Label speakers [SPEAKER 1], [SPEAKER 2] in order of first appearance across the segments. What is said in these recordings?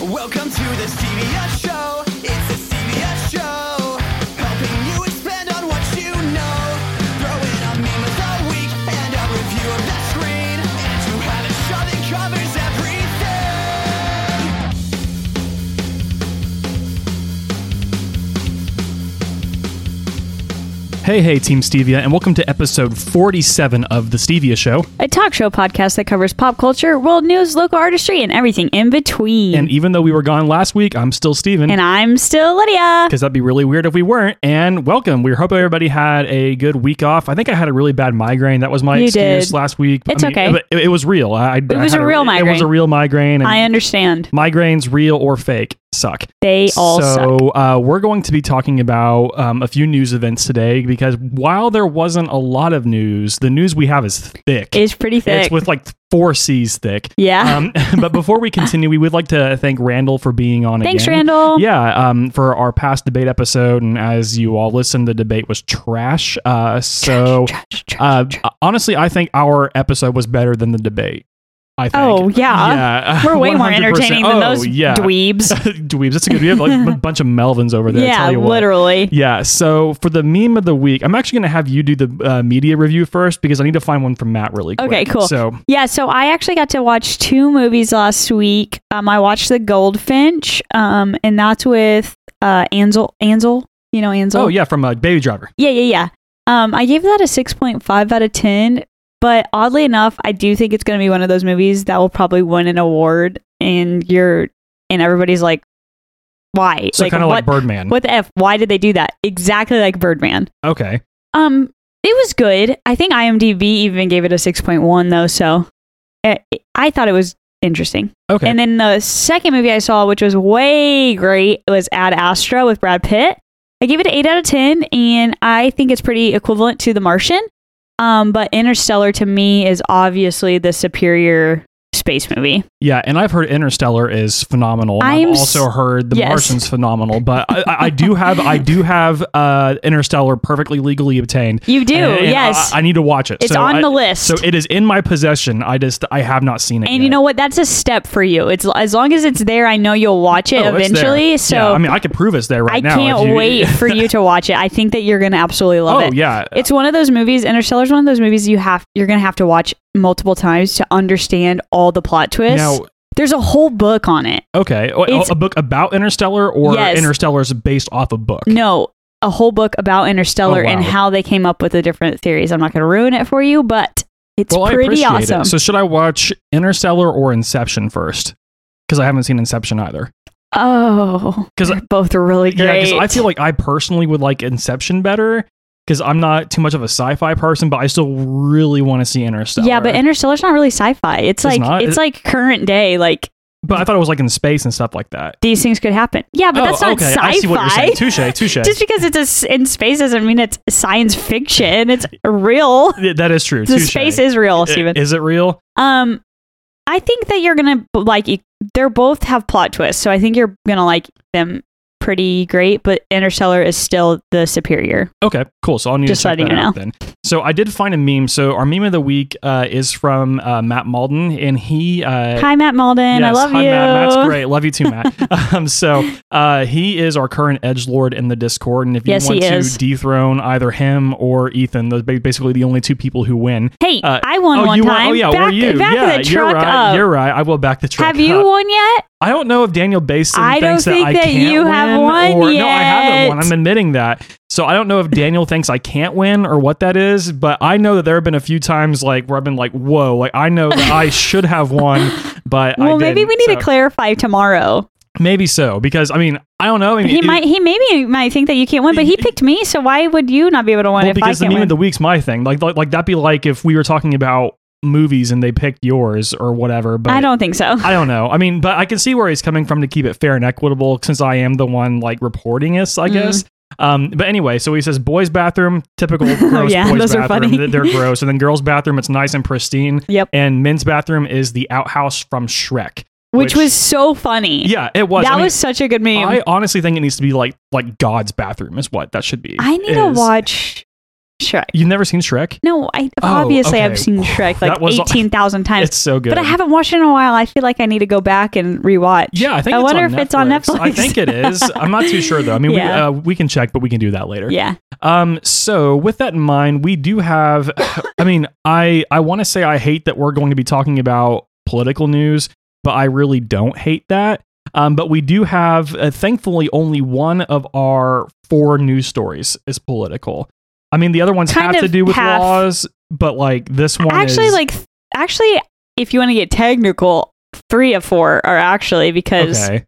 [SPEAKER 1] Welcome to the CBS show. It's a CBS show. Helping you expand on what you know. Throw in a meme of the week and a review of the screen. And you have a show that covers everything.
[SPEAKER 2] Hey, hey, Team Stevia, and welcome to episode 47 of The Stevia Show,
[SPEAKER 3] a talk show podcast that covers pop culture, world news, local artistry, and everything in between.
[SPEAKER 2] and
[SPEAKER 3] And,
[SPEAKER 2] even though we were gone last week, I'm still Steven.
[SPEAKER 3] I'm still Lydia.
[SPEAKER 2] because that'd be really weird if we weren't. And welcome. We hope everybody had a good week off. I think I had a really bad migraine. That was my
[SPEAKER 3] You
[SPEAKER 2] excuse
[SPEAKER 3] did.
[SPEAKER 2] last week. I
[SPEAKER 3] It's
[SPEAKER 2] mean,
[SPEAKER 3] okay.
[SPEAKER 2] But it, it was real. I, I- I
[SPEAKER 3] was
[SPEAKER 2] had
[SPEAKER 3] a real
[SPEAKER 2] It was a
[SPEAKER 3] migraine.
[SPEAKER 2] real migraine. And
[SPEAKER 3] I understand.
[SPEAKER 2] migraines, real or fake, suck.
[SPEAKER 3] They all suck.
[SPEAKER 2] so uh, we're going to be talking about um, a few news events today because while there wasn't a lot of news, the news we have is thick.
[SPEAKER 3] It's pretty thick.
[SPEAKER 2] It's with like four C's thick.
[SPEAKER 3] yeah.
[SPEAKER 2] Um, but before we continue, we would like to thank Randall for being on
[SPEAKER 3] Thanks,
[SPEAKER 2] again.
[SPEAKER 3] Randall.
[SPEAKER 2] Yeah, um, for our past debate episode, and as you all listened, the debate was trash. Uh, so,
[SPEAKER 3] Trash, trash, trash,
[SPEAKER 2] uh,
[SPEAKER 3] trash.
[SPEAKER 2] honestly, I think our episode was better than the debate. I think.
[SPEAKER 3] Oh, yeah.
[SPEAKER 2] yeah.
[SPEAKER 3] We're way more
[SPEAKER 2] 100%.
[SPEAKER 3] entertaining than
[SPEAKER 2] Oh,
[SPEAKER 3] those
[SPEAKER 2] yeah.
[SPEAKER 3] dweebs.
[SPEAKER 2] dweebs. That's a good. We have like a bunch of Melvins over there.
[SPEAKER 3] yeah,
[SPEAKER 2] tell you what.
[SPEAKER 3] literally.
[SPEAKER 2] Yeah, so for the meme of the week, I'm actually going to have you do the uh, media review first because I need to find one from Matt really quick.
[SPEAKER 3] Okay, cool.
[SPEAKER 2] So
[SPEAKER 3] Yeah, so I actually got to watch two movies last week. Um, I watched The Goldfinch, um, and that's with uh, Ansel. Ansel, you know Ansel.
[SPEAKER 2] Oh yeah, from uh, Baby Driver.
[SPEAKER 3] Yeah, yeah, yeah. Um, I gave that a 6.5 out of 10, but oddly enough, I do think it's going to be one of those movies that will probably win an award and you're and everybody's like why?
[SPEAKER 2] So kind of like
[SPEAKER 3] what,
[SPEAKER 2] Birdman.
[SPEAKER 3] what the f? Why did they do that? Exactly like Birdman.
[SPEAKER 2] Okay.
[SPEAKER 3] Um it was good. I think IMDb even gave it a 6.1 though, so I, I thought it was interesting.
[SPEAKER 2] Okay.
[SPEAKER 3] And then the second movie I saw, which was way great, was Ad Astra with Brad Pitt. I gave it an 8 out of 10, and I think it's pretty equivalent to The Martian. Um, but Interstellar to me is obviously the superior space movie.
[SPEAKER 2] yeah, and I've heard Interstellar is phenomenal. And I've
[SPEAKER 3] I'm s-
[SPEAKER 2] also heard The
[SPEAKER 3] Yes.
[SPEAKER 2] Martian's phenomenal, but I, I, I do have I do have uh, Interstellar perfectly legally obtained.
[SPEAKER 3] You do,
[SPEAKER 2] And- and
[SPEAKER 3] yes.
[SPEAKER 2] I, I need to watch it.
[SPEAKER 3] it's
[SPEAKER 2] So
[SPEAKER 3] on
[SPEAKER 2] I-
[SPEAKER 3] the list.
[SPEAKER 2] So it is in my possession. I just I have not seen it.
[SPEAKER 3] and you know what? That's a step for you. It's as long as it's there, I know you'll watch
[SPEAKER 2] Oh,
[SPEAKER 3] it eventually. So
[SPEAKER 2] I mean, I could prove it's there right
[SPEAKER 3] I
[SPEAKER 2] now.
[SPEAKER 3] can't
[SPEAKER 2] if you-
[SPEAKER 3] wait for you to watch it. I think that you're gonna absolutely love
[SPEAKER 2] oh
[SPEAKER 3] it.
[SPEAKER 2] yeah,
[SPEAKER 3] It's one of those movies. Interstellar's one of those movies you have you're gonna have to watch multiple times to understand all the plot twists.
[SPEAKER 2] Now-
[SPEAKER 3] There's a whole book on it.
[SPEAKER 2] okay. Oh,
[SPEAKER 3] it's-
[SPEAKER 2] a book about Interstellar, or
[SPEAKER 3] Yes.
[SPEAKER 2] Interstellar is based off a book.
[SPEAKER 3] No, a whole book about Interstellar
[SPEAKER 2] Oh, wow.
[SPEAKER 3] and how they came up with the different theories. I'm not gonna ruin it for you, but it's
[SPEAKER 2] well,
[SPEAKER 3] pretty
[SPEAKER 2] I appreciate
[SPEAKER 3] awesome.
[SPEAKER 2] It. So should I watch Interstellar or Inception first? Because I haven't seen Inception either.
[SPEAKER 3] oh,
[SPEAKER 2] 'Cause-
[SPEAKER 3] they're both really
[SPEAKER 2] Yeah,
[SPEAKER 3] great.
[SPEAKER 2] because I feel like I personally would like Inception better because I'm not too much of a sci-fi person, but I still really want to see Interstellar.
[SPEAKER 3] yeah, but Interstellar's not really sci-fi.
[SPEAKER 2] It's
[SPEAKER 3] It's, like
[SPEAKER 2] not?
[SPEAKER 3] it's
[SPEAKER 2] It-
[SPEAKER 3] like current day. Like
[SPEAKER 2] but I thought it was like in space and stuff like that.
[SPEAKER 3] these things could happen. Yeah, but
[SPEAKER 2] oh,
[SPEAKER 3] that's not
[SPEAKER 2] okay.
[SPEAKER 3] sci-fi.
[SPEAKER 2] I see what you're saying. Touche, touche.
[SPEAKER 3] Just because it's a s in space doesn't mean it's science fiction. It's real.
[SPEAKER 2] Yeah, that is true.
[SPEAKER 3] The
[SPEAKER 2] touche.
[SPEAKER 3] space is real,
[SPEAKER 2] I-
[SPEAKER 3] Steven.
[SPEAKER 2] Is it real?
[SPEAKER 3] um, I think that you're gonna like. e- They're both have plot twists, so I think you're gonna like them pretty great. But Interstellar is still the superior.
[SPEAKER 2] Okay, cool. So I'll need
[SPEAKER 3] Just
[SPEAKER 2] to check
[SPEAKER 3] letting
[SPEAKER 2] that
[SPEAKER 3] you
[SPEAKER 2] out then. So I did find a meme. So our meme of the week uh, is from uh, Matt Malden, and he uh,
[SPEAKER 3] Hi, Matt Malden. I
[SPEAKER 2] Yes,
[SPEAKER 3] love
[SPEAKER 2] hi,
[SPEAKER 3] you.
[SPEAKER 2] Matt. Matt's great. Love you too, Matt. um, so uh, he is our current edge lord in the Discord, and if you
[SPEAKER 3] Yes, he
[SPEAKER 2] want to
[SPEAKER 3] is.
[SPEAKER 2] dethrone either him or Ethan, those ba- basically the only two people who win.
[SPEAKER 3] Hey,
[SPEAKER 2] Uh,
[SPEAKER 3] I won
[SPEAKER 2] oh,
[SPEAKER 3] one
[SPEAKER 2] you won-
[SPEAKER 3] time.
[SPEAKER 2] oh yeah,
[SPEAKER 3] back,
[SPEAKER 2] were you?
[SPEAKER 3] back
[SPEAKER 2] yeah,
[SPEAKER 3] the
[SPEAKER 2] you're
[SPEAKER 3] truck
[SPEAKER 2] right.
[SPEAKER 3] up.
[SPEAKER 2] You're right. I will back the truck.
[SPEAKER 3] have you
[SPEAKER 2] up.
[SPEAKER 3] won yet?
[SPEAKER 2] I don't know if Daniel Basin
[SPEAKER 3] I don't
[SPEAKER 2] thinks
[SPEAKER 3] think
[SPEAKER 2] that I
[SPEAKER 3] that
[SPEAKER 2] can't
[SPEAKER 3] you
[SPEAKER 2] win
[SPEAKER 3] have won
[SPEAKER 2] or no, I haven't
[SPEAKER 3] yet.
[SPEAKER 2] won. I'm admitting that. So I don't know if Daniel thinks I can't win or what that is, but I know that there have been a few times like where I've been like, "Whoa!" Like I know that I should have won, but I
[SPEAKER 3] Well, maybe
[SPEAKER 2] didn't.
[SPEAKER 3] we need
[SPEAKER 2] So-
[SPEAKER 3] to clarify tomorrow.
[SPEAKER 2] Maybe so, because I mean, I don't know. I mean,
[SPEAKER 3] He
[SPEAKER 2] it-
[SPEAKER 3] might, he maybe might think that you can't win, but he picked me, so why would you not be able to win
[SPEAKER 2] well,
[SPEAKER 3] if I
[SPEAKER 2] because
[SPEAKER 3] can't
[SPEAKER 2] the meme
[SPEAKER 3] win?
[SPEAKER 2] of the week's my thing. Like, like, like that'd be like if we were talking about movies and they picked yours or whatever. But
[SPEAKER 3] I don't think so.
[SPEAKER 2] I don't know. I mean, but I can see where he's coming from to keep it fair and equitable, since I am the one like reporting us, I
[SPEAKER 3] Mm.
[SPEAKER 2] guess. Um, but anyway, so he says boys' bathroom, typical gross
[SPEAKER 3] yeah,
[SPEAKER 2] boys'
[SPEAKER 3] those are
[SPEAKER 2] bathroom.
[SPEAKER 3] funny.
[SPEAKER 2] They're gross, and then girls' bathroom, it's nice and pristine.
[SPEAKER 3] Yep.
[SPEAKER 2] And men's bathroom is the outhouse from Shrek.
[SPEAKER 3] which,
[SPEAKER 2] which-
[SPEAKER 3] was so funny.
[SPEAKER 2] Yeah, it was.
[SPEAKER 3] that
[SPEAKER 2] I mean,
[SPEAKER 3] was such a good meme.
[SPEAKER 2] I
[SPEAKER 3] I,
[SPEAKER 2] honestly think it needs to be like like God's bathroom is what that should be.
[SPEAKER 3] need to
[SPEAKER 2] is.
[SPEAKER 3] watch Shrek.
[SPEAKER 2] You've never seen Shrek?
[SPEAKER 3] No, I
[SPEAKER 2] Oh,
[SPEAKER 3] obviously
[SPEAKER 2] okay.
[SPEAKER 3] I've seen Shrek like
[SPEAKER 2] That was-
[SPEAKER 3] eighteen thousand times,
[SPEAKER 2] It's so good.
[SPEAKER 3] but I haven't watched it in a while. I feel like I need to go back and rewatch.
[SPEAKER 2] Yeah, I think
[SPEAKER 3] I
[SPEAKER 2] it's
[SPEAKER 3] wonder
[SPEAKER 2] on
[SPEAKER 3] if it's on Netflix.
[SPEAKER 2] I think it is. I'm not too sure though. I mean,
[SPEAKER 3] Yeah.
[SPEAKER 2] we, uh, we can check, but we can do that later.
[SPEAKER 3] yeah,
[SPEAKER 2] Um. So with that in mind, we do have. I mean, I I want to say I hate that we're going to be talking about political news, but I really don't hate that. Um, but we do have, uh, thankfully, only one of our four news stories is political. I mean, the other ones
[SPEAKER 3] Kind
[SPEAKER 2] have to
[SPEAKER 3] of
[SPEAKER 2] do with
[SPEAKER 3] half.
[SPEAKER 2] laws, but like this one
[SPEAKER 3] actually,
[SPEAKER 2] is,
[SPEAKER 3] like th- actually, if you want to get technical, three of four are actually because
[SPEAKER 2] okay,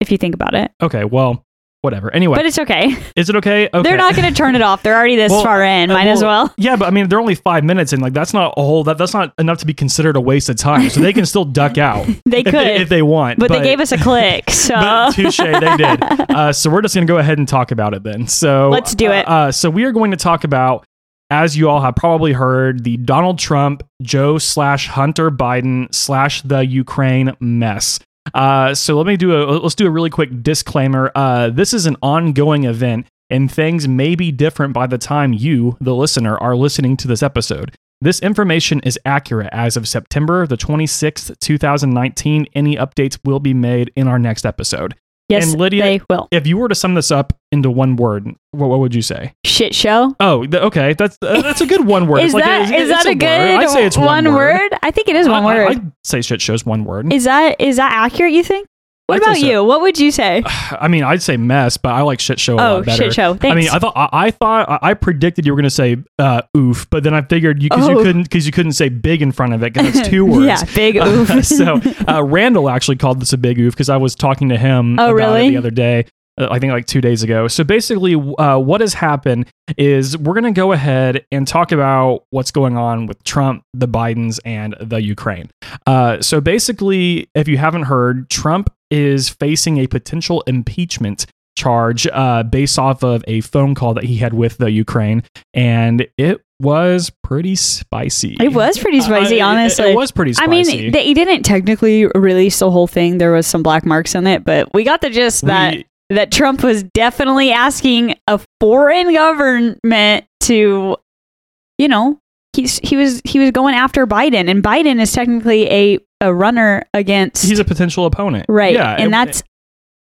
[SPEAKER 3] if you think about it,
[SPEAKER 2] okay, well, whatever. Anyway,
[SPEAKER 3] but it's okay.
[SPEAKER 2] is it okay? Okay,
[SPEAKER 3] They're not going to turn it off. They're already this
[SPEAKER 2] Well,
[SPEAKER 3] far in.
[SPEAKER 2] uh,
[SPEAKER 3] Might as well.
[SPEAKER 2] Yeah, but I mean, they're only five minutes, and like that's not a whole that that's not enough to be considered a waste of time. So they can still duck out
[SPEAKER 3] They
[SPEAKER 2] if,
[SPEAKER 3] could,
[SPEAKER 2] they, if they want.
[SPEAKER 3] but, they gave us a click. So
[SPEAKER 2] But touche, they did. Uh, so we're just gonna go ahead and talk about it then. So
[SPEAKER 3] Let's do it.
[SPEAKER 2] Uh, uh, so we are going to talk about, as you all have probably heard, the Donald Trump, Joe slash Hunter Biden slash the Ukraine mess. Uh, so let me do a let's do a really quick disclaimer. Uh, this is an ongoing event, and things may be different by the time you, the listener, are listening to this episode. This information is accurate as of September the 26th, 2019. Any updates will be made in our next episode.
[SPEAKER 3] yes,
[SPEAKER 2] and Lydia-
[SPEAKER 3] they will.
[SPEAKER 2] If you were to sum this up into one word, what, what would you say?
[SPEAKER 3] Shit show.
[SPEAKER 2] Oh, th- okay. That's uh, that's a good one word.
[SPEAKER 3] Is
[SPEAKER 2] It's like
[SPEAKER 3] that is
[SPEAKER 2] it's- it's
[SPEAKER 3] that a good
[SPEAKER 2] word. I'd say it's one, word.
[SPEAKER 3] I think it is one
[SPEAKER 2] I- I-
[SPEAKER 3] word.
[SPEAKER 2] I'd say shit shows one word.
[SPEAKER 3] is that is that accurate? You think? What
[SPEAKER 2] I'd say
[SPEAKER 3] about
[SPEAKER 2] so.
[SPEAKER 3] you? What would you say?
[SPEAKER 2] I mean, I'd say mess, but I like shit show a
[SPEAKER 3] Oh,
[SPEAKER 2] lot better.
[SPEAKER 3] shit show. Thanks.
[SPEAKER 2] I mean, I thought I, I thought I- I predicted you were going to say uh, oof, but then I figured you because you
[SPEAKER 3] Oh.
[SPEAKER 2] couldn't because you couldn't say big in front of it because it's two words.
[SPEAKER 3] yeah, big oof.
[SPEAKER 2] Uh, so uh, Randall actually called this a big oof because I was talking to him
[SPEAKER 3] Oh,
[SPEAKER 2] about
[SPEAKER 3] really?
[SPEAKER 2] it the other day. uh, I think like two days ago. So basically, uh, what has happened is we're going to go ahead and talk about what's going on with Trump, the Bidens, and the Ukraine. Uh, so basically, if you haven't heard, Trump is facing a potential impeachment charge uh, based off of a phone call that he had with the Ukraine, and it was pretty spicy.
[SPEAKER 3] it was pretty spicy,
[SPEAKER 2] Uh, it-
[SPEAKER 3] honestly.
[SPEAKER 2] It, was pretty
[SPEAKER 3] I
[SPEAKER 2] spicy.
[SPEAKER 3] mean, they didn't technically release the whole thing. There was some black marks in it, but we got the gist that
[SPEAKER 2] We-
[SPEAKER 3] that Trump was definitely asking a foreign government to, you know, he's he was he was going after Biden, and Biden is technically a a runner against
[SPEAKER 2] he's a potential opponent,
[SPEAKER 3] right,
[SPEAKER 2] Yeah,
[SPEAKER 3] and
[SPEAKER 2] it-
[SPEAKER 3] that's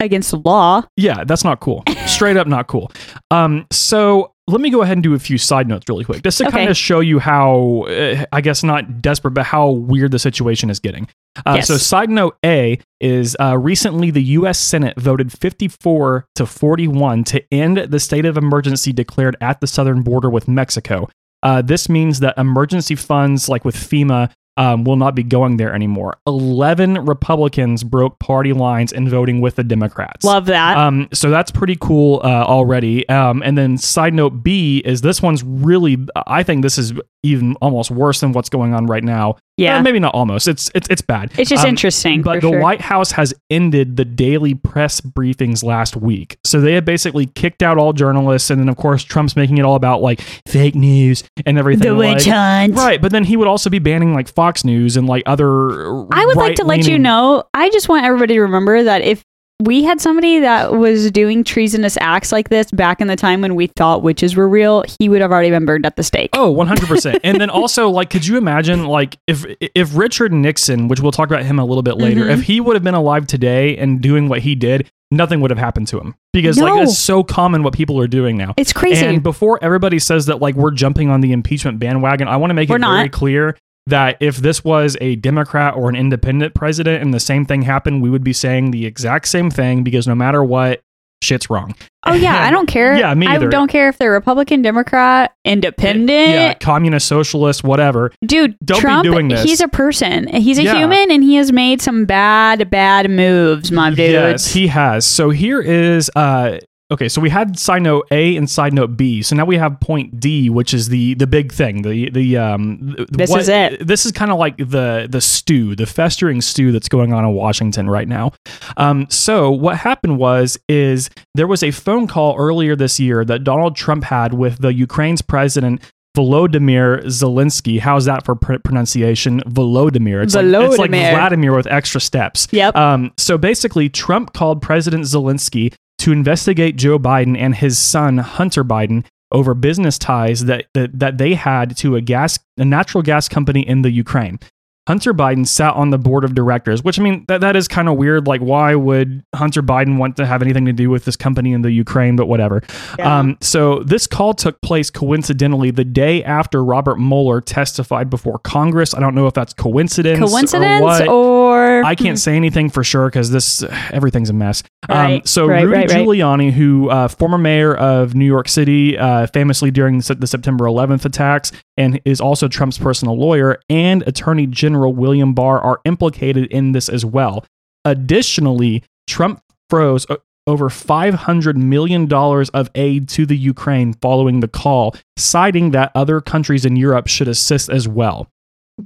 [SPEAKER 3] against the law.
[SPEAKER 2] yeah, that's not cool. Straight up, not cool. Um, so let me go ahead and do a few side notes really quick, just to
[SPEAKER 3] Okay.
[SPEAKER 2] kind of show you how, uh, I guess not desperate, but how weird the situation is getting. Uh,
[SPEAKER 3] Yes.
[SPEAKER 2] So side note A is uh, recently the U.S. Senate voted 54 to 41 to end the state of emergency declared at the southern border with Mexico. Uh, this means that emergency funds, like with FEMA, um, will not be going there anymore. 11 Republicans broke party lines in voting with the Democrats.
[SPEAKER 3] Love that.
[SPEAKER 2] Um, so that's pretty cool uh, already. Um, and then side note B is this one's really. I think this is even almost worse than what's going on right now.
[SPEAKER 3] yeah,
[SPEAKER 2] Uh, maybe not almost. It's it's it's bad.
[SPEAKER 3] it's just
[SPEAKER 2] um,
[SPEAKER 3] interesting.
[SPEAKER 2] But
[SPEAKER 3] for
[SPEAKER 2] the
[SPEAKER 3] sure.
[SPEAKER 2] White House has ended the daily press briefings last week. So they have basically kicked out all journalists, and then of course Trump's making it all about like fake news and everything.
[SPEAKER 3] the
[SPEAKER 2] like-
[SPEAKER 3] witch hunt.
[SPEAKER 2] Right, but then he would also be banning like Fox News and like other.
[SPEAKER 3] I would like to let you
[SPEAKER 2] right-leaning-
[SPEAKER 3] know. I just want everybody to remember that if we had somebody that was doing treasonous acts like this back in the time when we thought witches were real, he would have already been burned at the stake.
[SPEAKER 2] Oh, 100%. and then also like could you imagine like if if Richard Nixon, which we'll talk about him a little bit later,
[SPEAKER 3] Mhm.
[SPEAKER 2] if he would have been alive today and doing what he did, nothing would have happened to him because
[SPEAKER 3] No.
[SPEAKER 2] like it's so common what people are doing now.
[SPEAKER 3] It's crazy.
[SPEAKER 2] And before everybody says that like we're jumping on the impeachment bandwagon, I want to make
[SPEAKER 3] We're
[SPEAKER 2] it very
[SPEAKER 3] not.
[SPEAKER 2] clear that if this was a Democrat or an independent president and the same thing happened, we would be saying the exact same thing because no matter what, shit's wrong.
[SPEAKER 3] oh yeah, I don't care.
[SPEAKER 2] Yeah, me
[SPEAKER 3] I
[SPEAKER 2] either.
[SPEAKER 3] don't care if they're Republican, Democrat, independent.
[SPEAKER 2] Yeah, communist, socialist, whatever.
[SPEAKER 3] Dude,
[SPEAKER 2] Don't be
[SPEAKER 3] Trump,
[SPEAKER 2] doing this.
[SPEAKER 3] he's a person. He's a
[SPEAKER 2] Yeah.
[SPEAKER 3] human and he has made some bad, bad moves, my dude.
[SPEAKER 2] Yes, he has. So here is uh okay, so we had side note A and side note B. So now we have point D, which is the the big thing. The the um th-
[SPEAKER 3] This
[SPEAKER 2] what-
[SPEAKER 3] is it.
[SPEAKER 2] This is kind of like the the stew, the festering stew that's going on in Washington right now. Um so what happened was is there was a phone call earlier this year that Donald Trump had with the Ukraine's president Volodymyr Zelensky. How's that for pr- pronunciation? Volodymyr. It's Like, it's like
[SPEAKER 3] Volodymyr.
[SPEAKER 2] Vladimir with extra steps.
[SPEAKER 3] Yep.
[SPEAKER 2] Um, so basically, Trump called President Zelensky to investigate Joe Biden and his son, Hunter Biden, over business ties that, that, that they had to a gas a natural gas company in the Ukraine. Hunter Biden sat on the board of directors, which I mean that, that is kind of weird. Like, why would Hunter Biden want to have anything to do with this company in the Ukraine? But whatever.
[SPEAKER 3] Yeah.
[SPEAKER 2] Um, so this call took place coincidentally the day after Robert Mueller testified before Congress. I don't know if that's coincidence. or
[SPEAKER 3] Coincidence
[SPEAKER 2] what.
[SPEAKER 3] or,
[SPEAKER 2] I can't say anything for sure because this everything's a mess. Um,
[SPEAKER 3] Right,
[SPEAKER 2] so
[SPEAKER 3] right,
[SPEAKER 2] Rudy
[SPEAKER 3] right, right.
[SPEAKER 2] Giuliani, who uh, former mayor of New York City, uh, famously during the, the September 11th attacks, and is also Trump's personal lawyer, and Attorney General William Barr are implicated in this as well. Additionally, Trump froze o- over $500 million of aid to the Ukraine following the call, citing that other countries in Europe should assist as well.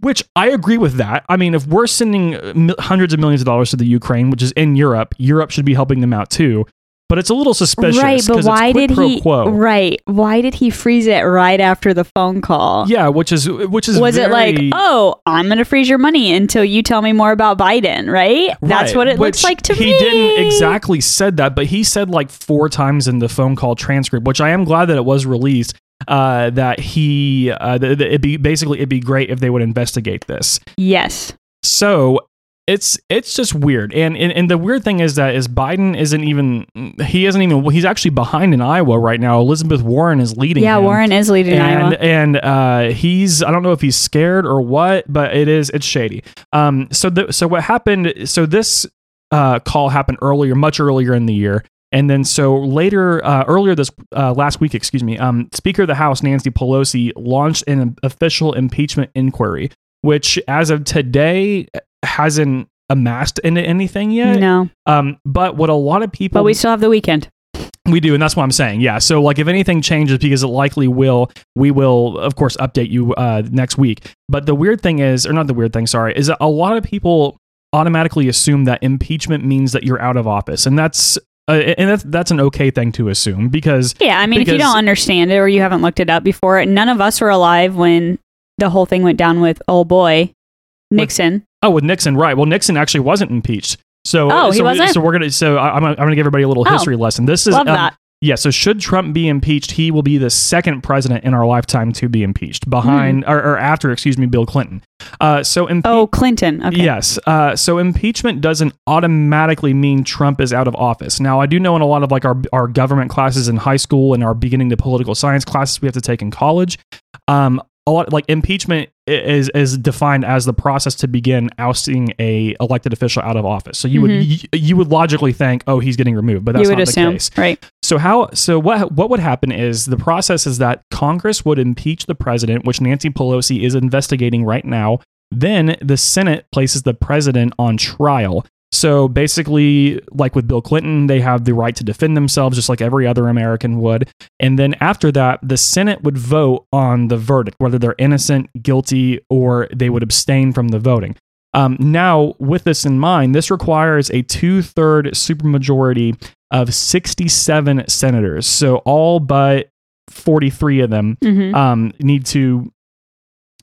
[SPEAKER 2] Which I agree with that. I mean, if we're sending uh, mi- hundreds of millions of dollars to the Ukraine, which is in Europe, Europe should be helping them out too. But it's a little suspicious.
[SPEAKER 3] right,
[SPEAKER 2] 'cause
[SPEAKER 3] but
[SPEAKER 2] it's
[SPEAKER 3] why
[SPEAKER 2] quid
[SPEAKER 3] did
[SPEAKER 2] pro
[SPEAKER 3] he?
[SPEAKER 2] Quo.
[SPEAKER 3] Right, why did he freeze it right after the phone call?
[SPEAKER 2] Yeah, which is which is
[SPEAKER 3] was it like,
[SPEAKER 2] very-
[SPEAKER 3] oh, I'm going to freeze your money until you tell me more about Biden, right? That's
[SPEAKER 2] Right,
[SPEAKER 3] what it looks
[SPEAKER 2] which
[SPEAKER 3] like to
[SPEAKER 2] he
[SPEAKER 3] me.
[SPEAKER 2] didn't exactly said that, but he said like four times in the phone call transcript, which I am glad that it was released. Uh, that he uh, that that it'd be basically it'd be great if they would investigate this.
[SPEAKER 3] Yes.
[SPEAKER 2] So it's it's just weird, and and, and the weird thing is that is Biden isn't even he isn't even he's actually behind in Iowa right now. Elizabeth Warren is leading.
[SPEAKER 3] Yeah,
[SPEAKER 2] him.
[SPEAKER 3] Warren is leading
[SPEAKER 2] and
[SPEAKER 3] Iowa.
[SPEAKER 2] and uh, he's I don't know if he's scared or what, but it is it's shady. Um, so the so what happened? So this uh, call happened earlier, much earlier in the year. And then, so later, uh, earlier this uh, last week, excuse me, um, Speaker of the House Nancy Pelosi launched an official impeachment inquiry, which, as of today, hasn't amassed into anything yet.
[SPEAKER 3] No,
[SPEAKER 2] Um, but what a lot of people
[SPEAKER 3] but we still have the weekend.
[SPEAKER 2] we do, and that's what I'm saying. Yeah. So, like, if anything changes, because it likely will, we will, of course, update you uh, next week. But the weird thing is, or not the weird thing, sorry, is that a lot of people automatically assume that impeachment means that you're out of office, and that's uh, and that's that's an okay thing to assume because
[SPEAKER 3] Yeah, I mean, if you
[SPEAKER 2] Because-
[SPEAKER 3] don't understand it or you haven't looked it up before, none of us were alive when the whole thing went down with old boy Nixon.
[SPEAKER 2] oh, with Nixon, right? Well, Nixon actually wasn't impeached. So,
[SPEAKER 3] Oh,
[SPEAKER 2] so,
[SPEAKER 3] he
[SPEAKER 2] we-
[SPEAKER 3] wasn't?
[SPEAKER 2] so we're gonna so I- I'm, gonna- I'm gonna give everybody a little
[SPEAKER 3] Oh.
[SPEAKER 2] history lesson. This is
[SPEAKER 3] Love
[SPEAKER 2] um,
[SPEAKER 3] that.
[SPEAKER 2] Yeah, so should Trump be impeached, he will be the second president in our lifetime to be impeached, behind or, or after, excuse me, Bill Clinton. Uh, so impe-
[SPEAKER 3] Hmm. Oh, Clinton. Okay.
[SPEAKER 2] yes, uh, so impeachment doesn't automatically mean Trump is out of office. Now, I do know in a lot of like our our government classes in high school and our beginning to political science classes we have to take in college, um, a lot like impeachment i- is is defined as the process to begin ousting a elected official out of office. So you would you, you would logically think, oh, he's getting removed, but that's
[SPEAKER 3] Mm-hmm. you would
[SPEAKER 2] not the
[SPEAKER 3] assume,
[SPEAKER 2] case.
[SPEAKER 3] right?
[SPEAKER 2] So how so what what would happen is the process is that Congress would impeach the president, which Nancy Pelosi is investigating right now. Then the Senate places the president on trial. So basically, like with Bill Clinton, they have the right to defend themselves just like every other American would. And then after that, the Senate would vote on the verdict, whether they're innocent, guilty, or they would abstain from the voting. Um, now, with this in mind, this requires a two third supermajority of 67 senators. So all but 43 of them
[SPEAKER 3] hmm
[SPEAKER 2] um, need to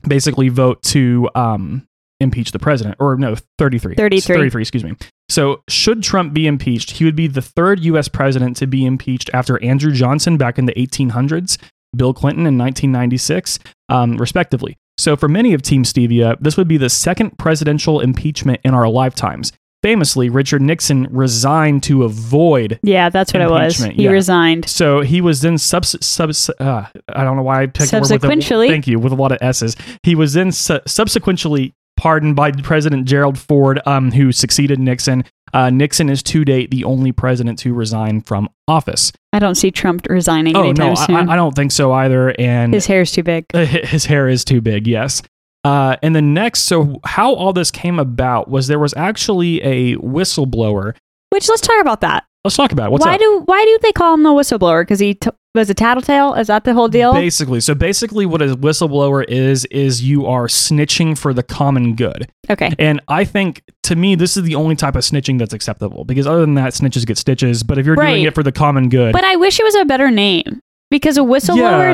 [SPEAKER 2] basically vote to um, impeach the president, or no, 33.
[SPEAKER 3] 33.
[SPEAKER 2] 33, excuse me. So, should Trump be impeached, he would be the third U.S. president to be impeached after Andrew Johnson back in the 1800s, Bill Clinton in 1996, um, respectively. So, for many of Team Stevia, this would be the second presidential impeachment in our lifetimes. Famously, Richard Nixon resigned to avoid
[SPEAKER 3] Yeah, that's what it was.
[SPEAKER 2] Impeachment,
[SPEAKER 3] He
[SPEAKER 2] yeah.
[SPEAKER 3] resigned.
[SPEAKER 2] so he was then subs, subs uh, I don't know why I picked a word with a-
[SPEAKER 3] Subsequently.
[SPEAKER 2] thank you with a lot of s's. He was then su- subsequently pardoned by President Gerald Ford, um, who succeeded Nixon. Uh, Nixon is to date the only president to resign from office.
[SPEAKER 3] I don't see Trump resigning
[SPEAKER 2] Oh
[SPEAKER 3] anytime
[SPEAKER 2] no, I,
[SPEAKER 3] soon.
[SPEAKER 2] I I don't think so either. And
[SPEAKER 3] His hair's too big.
[SPEAKER 2] uh, his hair is too big yes uh, and the next so how all this came about was there was actually a whistleblower
[SPEAKER 3] Which let's talk about that.
[SPEAKER 2] let's talk about it. what's
[SPEAKER 3] why
[SPEAKER 2] up
[SPEAKER 3] do why do they call him the whistleblower? Because he t- was a tattletale. Is that the whole deal?
[SPEAKER 2] basically so basically what a whistleblower is is you are snitching for the common good
[SPEAKER 3] okay.
[SPEAKER 2] and i think to me this is the only type of snitching that's acceptable because other than that snitches get stitches but if you're doing
[SPEAKER 3] Right.
[SPEAKER 2] it for the common good
[SPEAKER 3] But I wish it was a better name because a whistleblower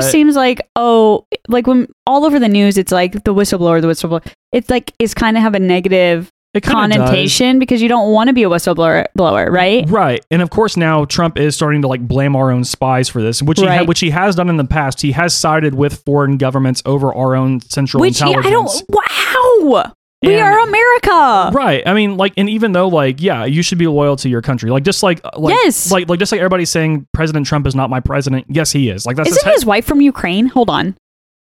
[SPEAKER 2] Yeah.
[SPEAKER 3] seems like oh, like when all over the news, it's like the whistleblower, the whistleblower. It's like it's kind of have a negative
[SPEAKER 2] It kinda does.
[SPEAKER 3] connotation because you don't want to be a whistleblower, blower, right?
[SPEAKER 2] Right. And of course now Trump is starting to like blame our own spies for this, which he ha-
[SPEAKER 3] Right.
[SPEAKER 2] which he has done in the past. He has sided with foreign governments over our own central
[SPEAKER 3] Which he,
[SPEAKER 2] intelligence.
[SPEAKER 3] I don't. Wow, we
[SPEAKER 2] And-
[SPEAKER 3] are America.
[SPEAKER 2] Right. I mean, like, and even though, like, yeah, you should be loyal to your country. Like, just like, like,
[SPEAKER 3] Yes.
[SPEAKER 2] like, like, just like everybody's saying, President Trump is not my president. Yes, he is. Like, that's
[SPEAKER 3] Isn't
[SPEAKER 2] his
[SPEAKER 3] his wife from Ukraine? Hold on,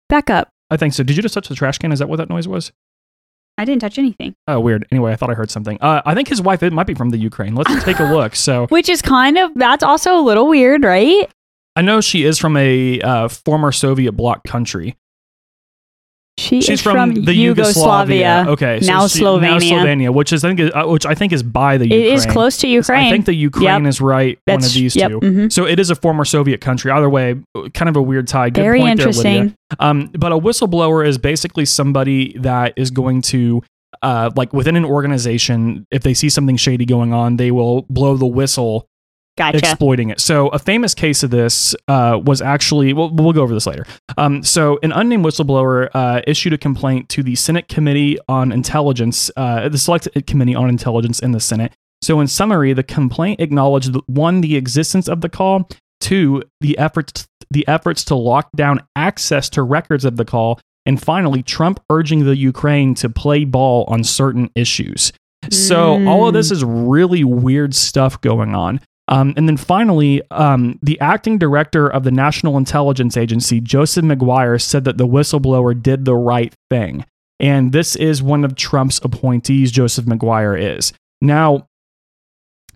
[SPEAKER 3] back up.
[SPEAKER 2] I think so. Did you just touch the trash can? Is that what that noise was?
[SPEAKER 3] I didn't touch anything.
[SPEAKER 2] Oh, weird. Anyway, I thought I heard something. Uh, I think his wife. It might be from the Ukraine. Let's take a look. So
[SPEAKER 3] Which is kind of that's also a little weird, right?
[SPEAKER 2] I know she is from a uh, former Soviet bloc country.
[SPEAKER 3] She
[SPEAKER 2] She's
[SPEAKER 3] is from,
[SPEAKER 2] the Oh,
[SPEAKER 3] Yugoslavia.
[SPEAKER 2] Okay,
[SPEAKER 3] now
[SPEAKER 2] she- now
[SPEAKER 3] Slovenia.
[SPEAKER 2] Slovenia, which is I think is- uh, which I think is by the
[SPEAKER 3] It
[SPEAKER 2] Ukraine.
[SPEAKER 3] is close to Ukraine.
[SPEAKER 2] I think the Ukraine
[SPEAKER 3] Yep.
[SPEAKER 2] is right. one of
[SPEAKER 3] That's-
[SPEAKER 2] these
[SPEAKER 3] yep,
[SPEAKER 2] two.
[SPEAKER 3] mhm.
[SPEAKER 2] So it is a former Soviet country. Either way, kind of a weird tie. Good
[SPEAKER 3] Very
[SPEAKER 2] point there,
[SPEAKER 3] interesting.
[SPEAKER 2] Lydia. Um, but a whistleblower is basically somebody that is going to, uh, like within an organization, if they see something shady going on, they will blow the whistle,
[SPEAKER 3] Gotcha.
[SPEAKER 2] exploiting it. So a famous case of this uh, was actually, we'll, we'll go over this later. Um, so an unnamed whistleblower uh, issued a complaint to the Senate Committee on Intelligence, uh, the Select Committee on Intelligence in the Senate. So in summary, the complaint acknowledged one, the existence of the call, two, the efforts the efforts to lock down access to records of the call, and finally, Trump urging the Ukraine to play ball on certain issues. So all of this is really weird stuff going on. Um, and then finally, um, the acting director of the National Intelligence Agency, Joseph McGuire, said that the whistleblower did the right thing. And this is one of Trump's appointees, Joseph McGuire is. Now,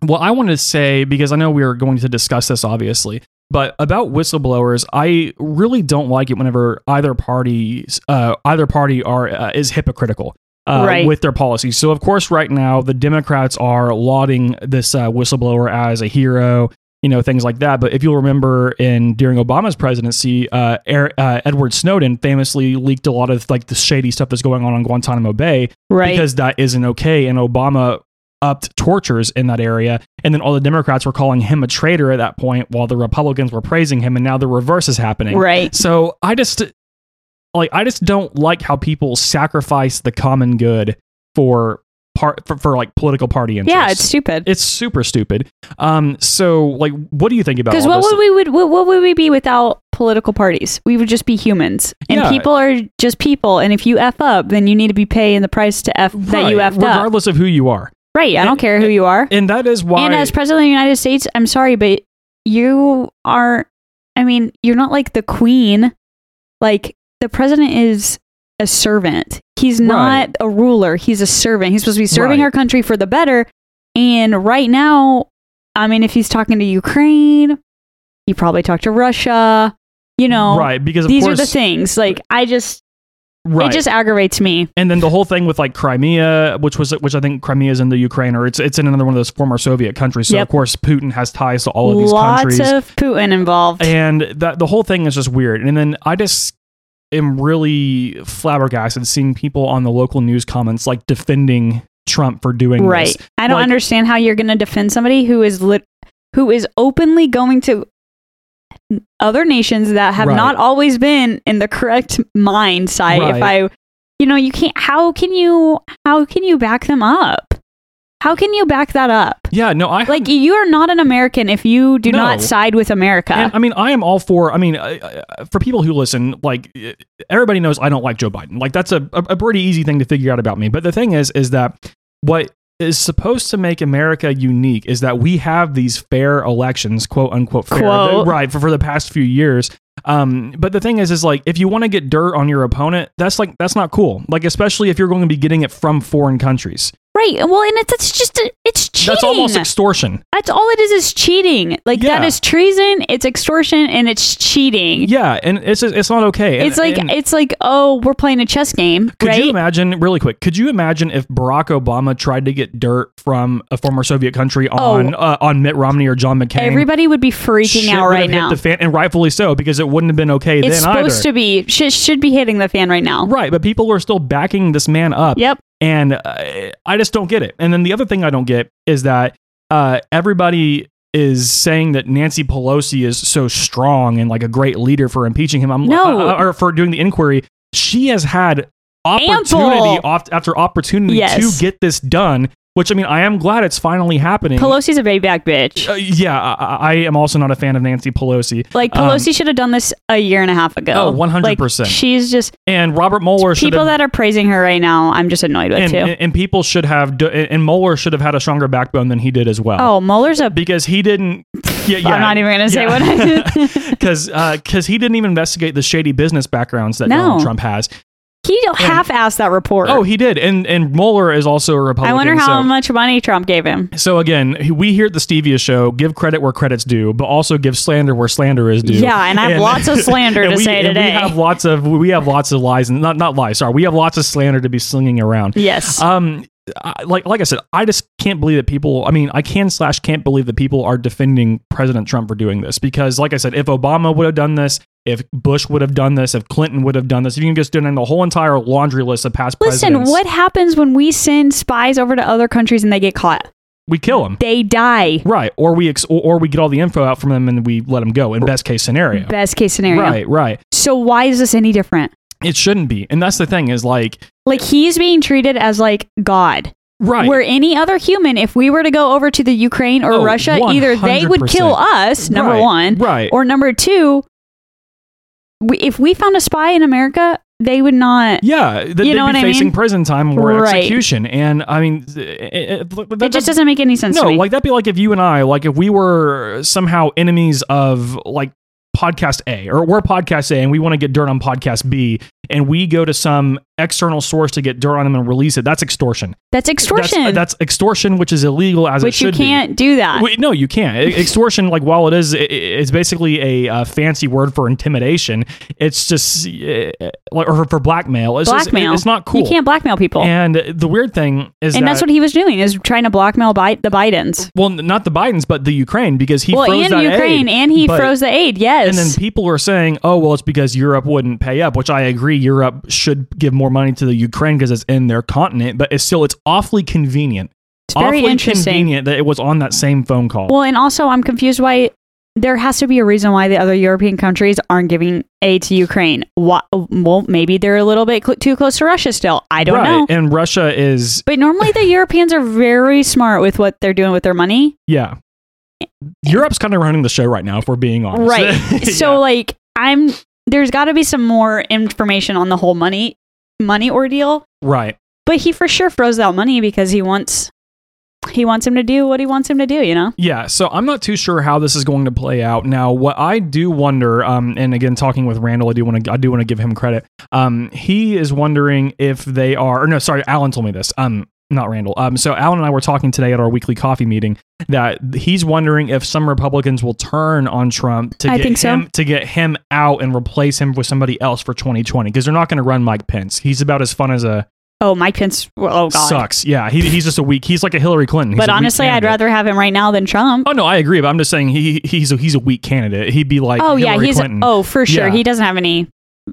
[SPEAKER 2] what I wanted to say, because I know we are going to discuss this obviously, but about whistleblowers, I really don't like it whenever either party, uh, either party are uh, is hypocritical. Uh,
[SPEAKER 3] Right.
[SPEAKER 2] With their policies, so of course, right now the Democrats are lauding this uh, whistleblower as a hero, you know things like that. But if you'll remember, in during Obama's presidency, uh, Er- uh, Edward Snowden famously leaked a lot of like the shady stuff that's going on on Guantanamo Bay,
[SPEAKER 3] right.
[SPEAKER 2] because that isn't okay. And Obama upped tortures in that area. And then all the Democrats were calling him a traitor at that point while the Republicans were praising him. And now the reverse is happening.
[SPEAKER 3] right.
[SPEAKER 2] So I just like I just don't like how people sacrifice the common good for part for, for like political party interests.
[SPEAKER 3] Yeah, it's stupid.
[SPEAKER 2] it's super stupid. Um so like what do you think about
[SPEAKER 3] Because
[SPEAKER 2] all
[SPEAKER 3] what
[SPEAKER 2] this?
[SPEAKER 3] would we would what, what would we be without political parties? We would just be humans, and
[SPEAKER 2] Yeah.
[SPEAKER 3] people are just people. And if you f up, then you need to be paying the price to f that you
[SPEAKER 2] Right,
[SPEAKER 3] effed up.
[SPEAKER 2] regardless of who you are.
[SPEAKER 3] Right. I don't care who you are.
[SPEAKER 2] And that is why
[SPEAKER 3] And as president of the United States, I'm sorry, but you are. I mean, you're not like the queen. Like the president is a servant. He's not a ruler. He's a servant. He's supposed to be serving
[SPEAKER 2] Right.
[SPEAKER 3] our country for the better. And right now, I mean, if he's talking to Ukraine, he probably talked to Russia. You know,
[SPEAKER 2] right because of
[SPEAKER 3] these
[SPEAKER 2] course
[SPEAKER 3] are the things. Like I just,
[SPEAKER 2] right.
[SPEAKER 3] it just aggravates me.
[SPEAKER 2] and then the whole thing with like Crimea, which was which I think Crimea is in the Ukraine or it's it's in another one of those former Soviet countries. So
[SPEAKER 3] Yep.
[SPEAKER 2] of course Putin has ties to all of these
[SPEAKER 3] Lots
[SPEAKER 2] countries,
[SPEAKER 3] of Putin involved.
[SPEAKER 2] and that the whole thing is just weird. And then I just am really flabbergasted seeing people on the local news comments like defending Trump for doing this.
[SPEAKER 3] right i don't
[SPEAKER 2] Like-
[SPEAKER 3] understand how you're going to defend somebody who is lit- who is openly going to other nations that have
[SPEAKER 2] Right.
[SPEAKER 3] not always been in the correct mind side if i you know you can't how can you how can you back them up how can you back that up
[SPEAKER 2] Yeah, no, I
[SPEAKER 3] like you are not an american if you do
[SPEAKER 2] No.
[SPEAKER 3] not side with america
[SPEAKER 2] And, uh, I mean, I am all for. I mean, uh, uh, for people who listen, like uh, everybody knows, I don't like Joe Biden. Like that's a, a a pretty easy thing to figure out about me. But the thing is, is that what is supposed to make America unique is that we have these fair elections, quote unquote, fair,
[SPEAKER 3] Quote.
[SPEAKER 2] right? For, for the past few years. Um, but the thing is, is like if you want to get dirt on your opponent, that's like that's not cool. Like especially if you're going to be getting it from foreign countries,
[SPEAKER 3] right well and it's, it's just it's cheating
[SPEAKER 2] that's almost extortion.
[SPEAKER 3] That's all it is is cheating like that
[SPEAKER 2] Yeah.
[SPEAKER 3] is treason it's extortion and it's cheating
[SPEAKER 2] Yeah, and it's just, it's not okay. And-
[SPEAKER 3] it's like
[SPEAKER 2] and-
[SPEAKER 3] it's like oh we're playing a chess game
[SPEAKER 2] Could
[SPEAKER 3] right
[SPEAKER 2] you imagine, really quick? Could you imagine if Barack Obama tried to get dirt from a former Soviet country on uh, on Mitt Romney or John McCain?
[SPEAKER 3] everybody would be Oh. freaking
[SPEAKER 2] Shit
[SPEAKER 3] out
[SPEAKER 2] would have
[SPEAKER 3] right
[SPEAKER 2] hit
[SPEAKER 3] now
[SPEAKER 2] the fan, and rightfully so, because it wouldn't have been okay
[SPEAKER 3] it's
[SPEAKER 2] then either.
[SPEAKER 3] supposed to be shit should be hitting the fan right now
[SPEAKER 2] right, but people are still backing this man up,
[SPEAKER 3] yep
[SPEAKER 2] and uh, I just don't get it. And then the other thing I don't get is that uh, everybody is saying that Nancy Pelosi is so strong and like a great leader for impeaching him. I'm
[SPEAKER 3] No.
[SPEAKER 2] uh, or for doing the inquiry. She has had opportunity
[SPEAKER 3] Ample.
[SPEAKER 2] off, after opportunity
[SPEAKER 3] Yes.
[SPEAKER 2] to get this done. Which I mean, I am glad it's finally happening.
[SPEAKER 3] Pelosi's a baby back bitch.
[SPEAKER 2] Uh, yeah, I, I I am also not a fan of Nancy Pelosi.
[SPEAKER 3] Like
[SPEAKER 2] um,
[SPEAKER 3] Pelosi should have done this a year and a half ago.
[SPEAKER 2] Oh, 100%.
[SPEAKER 3] Like, she's just
[SPEAKER 2] And Robert Mueller should
[SPEAKER 3] people
[SPEAKER 2] have,
[SPEAKER 3] that are praising her right now. I'm just annoyed with
[SPEAKER 2] and,
[SPEAKER 3] too.
[SPEAKER 2] and, and people should have do- and Mueller should have had a stronger backbone than he did as well.
[SPEAKER 3] oh, Mueller's a.
[SPEAKER 2] because he didn't. Yeah, yeah
[SPEAKER 3] I'm not even gonna say
[SPEAKER 2] yeah.
[SPEAKER 3] what. I,
[SPEAKER 2] because because he didn't even investigate the shady business backgrounds that
[SPEAKER 3] No.
[SPEAKER 2] Donald Trump has.
[SPEAKER 3] he half-assed that report.
[SPEAKER 2] Oh, he did, and and Mueller is also a Republican.
[SPEAKER 3] I wonder how
[SPEAKER 2] so,
[SPEAKER 3] much money Trump gave him.
[SPEAKER 2] so again, he- we here at the Stevia Show give credit where credit's due, but also give slander where slander is due.
[SPEAKER 3] Yeah, and I have lots of slander
[SPEAKER 2] and
[SPEAKER 3] to
[SPEAKER 2] we,
[SPEAKER 3] say
[SPEAKER 2] and
[SPEAKER 3] today.
[SPEAKER 2] We have lots of we have lots of lies and not not lies. Sorry, we have lots of slander to be slinging around.
[SPEAKER 3] Yes.
[SPEAKER 2] Um, I, like like I said, I just can't believe that people. I mean, I can slash can't believe that people are defending President Trump for doing this because, like I said, if Obama would have done this, if Bush would have done this, if Clinton would have done this, if you can just do it in the whole entire laundry list of past
[SPEAKER 3] Listen,
[SPEAKER 2] presidents,
[SPEAKER 3] what happens when we send spies over to other countries and they get caught?
[SPEAKER 2] we kill them,
[SPEAKER 3] They die.
[SPEAKER 2] right? Or we ex- or, or we get all the info out from them and we let them go. In best case scenario,
[SPEAKER 3] Best case scenario.
[SPEAKER 2] right, right.
[SPEAKER 3] So why is this any different?
[SPEAKER 2] It shouldn't be, and that's the thing is like
[SPEAKER 3] Like he's being treated as like God.
[SPEAKER 2] right.
[SPEAKER 3] Where any other human, if we were to go over to the Ukraine or
[SPEAKER 2] Oh,
[SPEAKER 3] Russia, either they would
[SPEAKER 2] 100%.
[SPEAKER 3] kill us, number
[SPEAKER 2] Right,
[SPEAKER 3] one,
[SPEAKER 2] right.
[SPEAKER 3] or number two, we, if we found a spy in America, they would not.
[SPEAKER 2] yeah, th- they'd
[SPEAKER 3] know what
[SPEAKER 2] be
[SPEAKER 3] I
[SPEAKER 2] facing
[SPEAKER 3] mean?
[SPEAKER 2] prison time or
[SPEAKER 3] Right.
[SPEAKER 2] execution, and I mean, th- it, it- that-
[SPEAKER 3] it just
[SPEAKER 2] that's-
[SPEAKER 3] doesn't make any sense
[SPEAKER 2] No,
[SPEAKER 3] to me.
[SPEAKER 2] like that'd be like if you and I, like if we were somehow enemies of like podcast A, or we're podcast A and we want to get dirt on podcast B, and we go to some external source to get dirt on them and release it. That's extortion.
[SPEAKER 3] that's extortion,
[SPEAKER 2] That's, that's extortion, which is illegal as it
[SPEAKER 3] which
[SPEAKER 2] should
[SPEAKER 3] you can't do
[SPEAKER 2] Be.
[SPEAKER 3] that.
[SPEAKER 2] Wait, no, you can't. E- Extortion, like while it is, i- i- it's basically a uh, fancy word for intimidation. It's just uh, like or for blackmail. It's just-
[SPEAKER 3] blackmail.
[SPEAKER 2] it's not cool.
[SPEAKER 3] You can't blackmail people.
[SPEAKER 2] And the weird thing is
[SPEAKER 3] and
[SPEAKER 2] that
[SPEAKER 3] that's what he was doing is trying to blackmail Bi- the Bidens.
[SPEAKER 2] Well, n- not the Bidens, but the Ukraine, because he
[SPEAKER 3] well,
[SPEAKER 2] froze
[SPEAKER 3] in
[SPEAKER 2] that
[SPEAKER 3] Ukraine,
[SPEAKER 2] aid,
[SPEAKER 3] and he
[SPEAKER 2] but-
[SPEAKER 3] froze the aid. Yes,
[SPEAKER 2] And then people are saying, "Oh, well, it's because Europe wouldn't pay up," which I agree. Europe should give more money to the Ukraine because it's in their continent, but it's still it's awfully convenient.
[SPEAKER 3] it's very
[SPEAKER 2] awfully
[SPEAKER 3] interesting.
[SPEAKER 2] convenient that it was on that same phone call.
[SPEAKER 3] Well, and also I'm confused why there has to be a reason why the other European countries aren't giving aid to Ukraine. Why, well, maybe they're a little bit cl- too close to Russia still. I don't
[SPEAKER 2] right?
[SPEAKER 3] know.
[SPEAKER 2] And Russia is
[SPEAKER 3] But normally the Europeans are very smart with what they're doing with their money.
[SPEAKER 2] yeah. Europe's kind of running the show right now, if we're being honest.
[SPEAKER 3] Right. So
[SPEAKER 2] Yeah.
[SPEAKER 3] like I'm there's got to be some more information on the whole money money ordeal.
[SPEAKER 2] right.
[SPEAKER 3] But he for sure froze that money because he wants he wants him to do what he wants him to do, you know?
[SPEAKER 2] Yeah, so I'm not too sure how this is going to play out. Now, what I do wonder, um, and again, talking with Randall, I do want to, I do want to give him credit. Um, he is wondering if they are, or no, sorry, Alan told me this. Um, not Randall. Um, so Alan and I were talking today at our weekly coffee meeting that he's wondering if some Republicans will turn on Trump to
[SPEAKER 3] I
[SPEAKER 2] get
[SPEAKER 3] think so.
[SPEAKER 2] him to get him out and replace him with somebody else for 2020 because they're not going to run Mike Pence. He's about as fun as a
[SPEAKER 3] Oh, Mike Pence oh god.
[SPEAKER 2] sucks. Yeah, he, he's just a weak. He's like a Hillary Clinton. He's
[SPEAKER 3] But
[SPEAKER 2] a weak
[SPEAKER 3] honestly, I'd
[SPEAKER 2] candidate.
[SPEAKER 3] rather have him right now than Trump.
[SPEAKER 2] Oh no, I agree, but I'm just saying he he's a, he's a weak candidate. He'd be like,
[SPEAKER 3] oh yeah,
[SPEAKER 2] Hillary
[SPEAKER 3] he's
[SPEAKER 2] Clinton.
[SPEAKER 3] oh for sure.
[SPEAKER 2] Yeah.
[SPEAKER 3] He doesn't have any.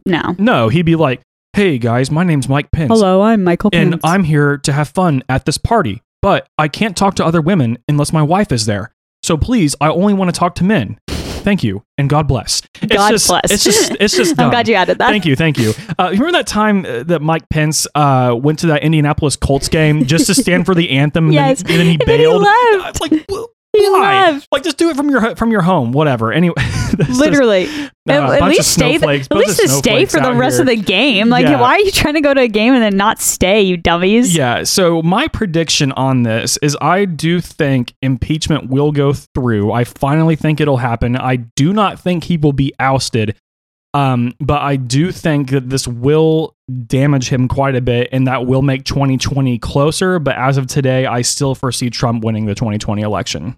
[SPEAKER 3] No.
[SPEAKER 2] no, he'd be like, hey guys, my name's Mike Pence,
[SPEAKER 3] Hello, I'm Michael
[SPEAKER 2] and I'm here to have fun at this party, but I can't talk to other women unless my wife is there. So please, I only want to talk to men. Thank you, and God bless. It's
[SPEAKER 3] God
[SPEAKER 2] just-
[SPEAKER 3] bless.
[SPEAKER 2] It's just it's just.
[SPEAKER 3] I'm
[SPEAKER 2] dumb.
[SPEAKER 3] glad you added that.
[SPEAKER 2] Thank you, thank you. Uh, you remember that time uh, that Mike Pence uh, went to that Indianapolis Colts game just to stand for the anthem, and,
[SPEAKER 3] Yes.
[SPEAKER 2] then, and then he
[SPEAKER 3] And then he
[SPEAKER 2] bailed.
[SPEAKER 3] left.
[SPEAKER 2] It's like, wh-
[SPEAKER 3] He
[SPEAKER 2] why?
[SPEAKER 3] left.
[SPEAKER 2] Like, just do it from your hu- from your home, whatever. Anyway, this is-
[SPEAKER 3] Literally.
[SPEAKER 2] Uh,
[SPEAKER 3] at,
[SPEAKER 2] bunch
[SPEAKER 3] at
[SPEAKER 2] of
[SPEAKER 3] least stay. th-
[SPEAKER 2] snowflakes,
[SPEAKER 3] at
[SPEAKER 2] bunch
[SPEAKER 3] least
[SPEAKER 2] of
[SPEAKER 3] just stay
[SPEAKER 2] snowflakes
[SPEAKER 3] for the
[SPEAKER 2] out
[SPEAKER 3] rest of
[SPEAKER 2] here.
[SPEAKER 3] the game. Like,
[SPEAKER 2] Yeah.
[SPEAKER 3] why are you trying to go to a game and then not stay, you dummies?
[SPEAKER 2] Yeah. So my prediction on this is I do think impeachment will go through. I finally think it'll happen. I do not think he will be ousted. Um, but I do think that this will damage him quite a bit, and that will make 2020 closer. But as of today, I still foresee Trump winning the 2020 election.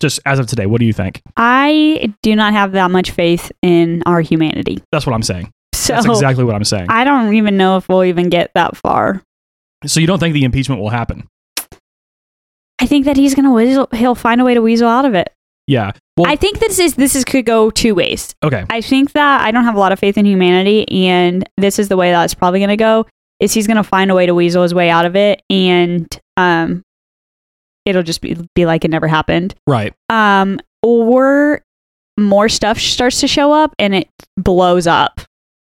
[SPEAKER 2] Just as of today, what do you think?
[SPEAKER 3] I do not have that much faith in our humanity.
[SPEAKER 2] That's what I'm saying.
[SPEAKER 3] So
[SPEAKER 2] That's exactly what I'm saying.
[SPEAKER 3] I don't even know if we'll even get that far.
[SPEAKER 2] So you don't think the impeachment will happen?
[SPEAKER 3] I think that he's gonna weasel. He'll find a way to weasel out of it.
[SPEAKER 2] Yeah. Well,
[SPEAKER 3] I think this is this is could go two ways.
[SPEAKER 2] okay.
[SPEAKER 3] I think that I don't have a lot of faith in humanity, and this is the way that's probably going to go. Is he's going to find a way to weasel his way out of it, and um, it'll just be, be like it never happened.
[SPEAKER 2] Right.
[SPEAKER 3] Um, or more stuff starts to show up, and it blows up.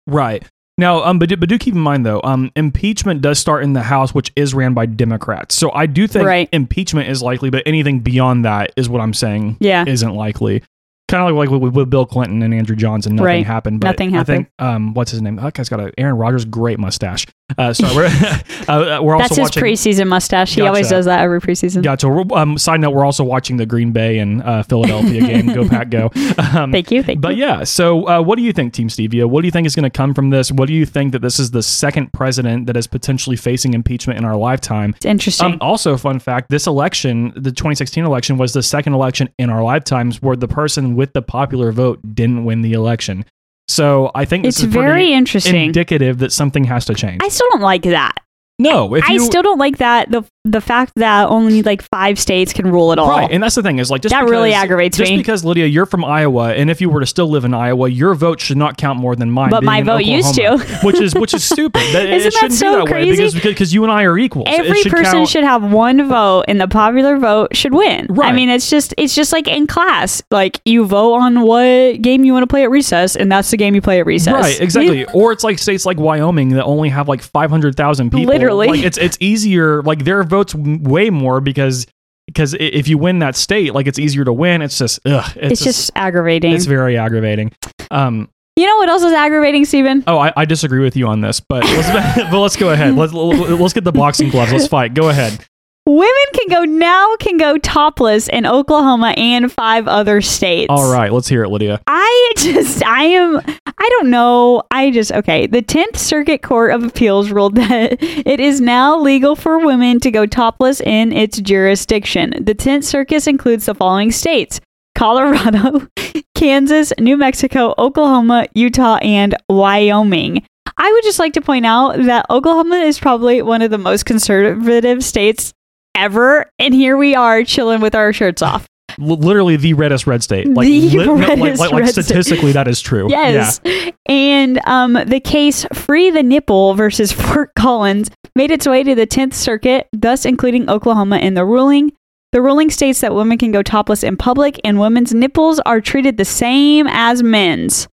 [SPEAKER 2] Right. Now, um, but do, but do keep in mind though, um, impeachment does start in the House, which is ran by Democrats. So I do think
[SPEAKER 3] Right.
[SPEAKER 2] impeachment is likely, but anything beyond that is what I'm saying
[SPEAKER 3] Yeah.
[SPEAKER 2] isn't likely. Kind of like, like with, with Bill Clinton and Andrew Johnson, nothing
[SPEAKER 3] Right.
[SPEAKER 2] happened. But
[SPEAKER 3] Nothing
[SPEAKER 2] I think um, what's his name? That guy's got a Aaron Rodgers great mustache. Uh, so we're uh, we're also
[SPEAKER 3] That's his
[SPEAKER 2] watching.
[SPEAKER 3] preseason mustache. He always
[SPEAKER 2] Gotcha.
[SPEAKER 3] does that every preseason.
[SPEAKER 2] Gotcha. We're- Um, side note: We're also watching the Green Bay and uh, Philadelphia game. Go Pack Go! Um,
[SPEAKER 3] Thank you. Thank
[SPEAKER 2] but
[SPEAKER 3] you.
[SPEAKER 2] yeah, so uh, what do you think, Team Stevia? What do you think is going to come from this? What do you think that this is the second president that is potentially facing impeachment in our lifetime?
[SPEAKER 3] It's interesting.
[SPEAKER 2] Um, also, fun fact this election, the 2016 election, was the second election in our lifetimes where the person with the popular vote didn't win the election. So I think this
[SPEAKER 3] it's
[SPEAKER 2] is
[SPEAKER 3] very
[SPEAKER 2] pretty
[SPEAKER 3] interesting.
[SPEAKER 2] indicative that something has to change.
[SPEAKER 3] I still don't like that.
[SPEAKER 2] no, if
[SPEAKER 3] I
[SPEAKER 2] you,
[SPEAKER 3] still don't like that the the fact that only like five states can rule at all.
[SPEAKER 2] Right, and that's the thing is like just
[SPEAKER 3] That
[SPEAKER 2] because,
[SPEAKER 3] really aggravates
[SPEAKER 2] just
[SPEAKER 3] me.
[SPEAKER 2] because Lydia, you're from Iowa, and if you were to still live in Iowa, your vote should not count more than mine.
[SPEAKER 3] But
[SPEAKER 2] being
[SPEAKER 3] my
[SPEAKER 2] in
[SPEAKER 3] vote used
[SPEAKER 2] Oklahoma, which is which is stupid. That,
[SPEAKER 3] Isn't
[SPEAKER 2] it shouldn't
[SPEAKER 3] that so
[SPEAKER 2] be that way because
[SPEAKER 3] crazy?
[SPEAKER 2] because you and I are equals. It
[SPEAKER 3] Every
[SPEAKER 2] should
[SPEAKER 3] person
[SPEAKER 2] count-
[SPEAKER 3] should have one vote, and the popular vote should win. I
[SPEAKER 2] Right.
[SPEAKER 3] mean, it's just it's just like in class, like you vote on what game you want to play at recess, and that's the game you play at recess.
[SPEAKER 2] Right, exactly. Or it's like states like Wyoming that only have like five hundred thousand people.
[SPEAKER 3] Literally.
[SPEAKER 2] like it's it's easier. Like their votes w- way more because because i- if you win that state, like it's easier to win. It's just ugh, it's,
[SPEAKER 3] It's, just, aggravating.
[SPEAKER 2] it's very aggravating. Um,
[SPEAKER 3] you know what else is aggravating, Steven?
[SPEAKER 2] Oh, I, I disagree with you on this, but let's, but let's go ahead. Let's let's get the boxing gloves. Let's fight. Go ahead.
[SPEAKER 3] Women can go now can go topless in Oklahoma and five other states.
[SPEAKER 2] All right, let's hear it, Lydia.
[SPEAKER 3] I just, I am, I don't know. I just, okay. The 10th Circuit Court of Appeals ruled that it is now legal for women to go topless in its jurisdiction. The 10th Circuit includes the following states Colorado, Kansas, New Mexico, Oklahoma, Utah, and Wyoming. I would just like to point out that Oklahoma is probably one of the most conservative states ever. And here we are chilling with our shirts off.
[SPEAKER 2] L- literally the reddest red state. Like,
[SPEAKER 3] The
[SPEAKER 2] no, like-
[SPEAKER 3] reddest
[SPEAKER 2] like, like
[SPEAKER 3] red state.
[SPEAKER 2] statistically, that is true.
[SPEAKER 3] Yes. And um, the case Free the Nipple versus Fort Collins made its way to the 10th Circuit, thus including Oklahoma in the ruling. The ruling states that women can go topless in public and women's nipples are treated the same as men's.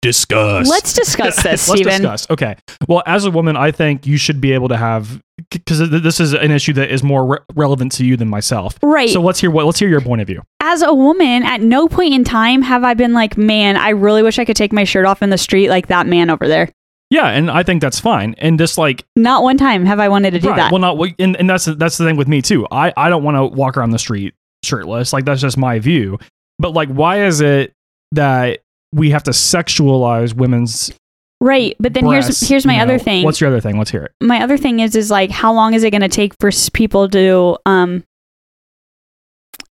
[SPEAKER 2] Discuss.
[SPEAKER 3] Let's discuss this,
[SPEAKER 2] Let's
[SPEAKER 3] Stephen.
[SPEAKER 2] discuss. Okay. Well, as a woman, I think you should be able to have because this is an issue that is more re- relevant to you than myself.
[SPEAKER 3] Right.
[SPEAKER 2] So let's hear what let's hear your point of view.
[SPEAKER 3] as a woman, at no point in time have I been like, man, I really wish I could take my shirt off in the street like that man over there.
[SPEAKER 2] Yeah, and I think that's fine. And just like
[SPEAKER 3] Not one time have I wanted to do
[SPEAKER 2] right.
[SPEAKER 3] that.
[SPEAKER 2] Well, not we- and, and that's that's the thing with me too. I I don't want to walk around the street shirtless. Like that's just my view. But like, why is it that we have to sexualize women's?
[SPEAKER 3] right. But then
[SPEAKER 2] breasts,
[SPEAKER 3] here's here's my
[SPEAKER 2] you
[SPEAKER 3] other
[SPEAKER 2] know?
[SPEAKER 3] thing.
[SPEAKER 2] What's your other thing? Let's hear it.
[SPEAKER 3] my other thing is is like how long is it going to take for s- people to um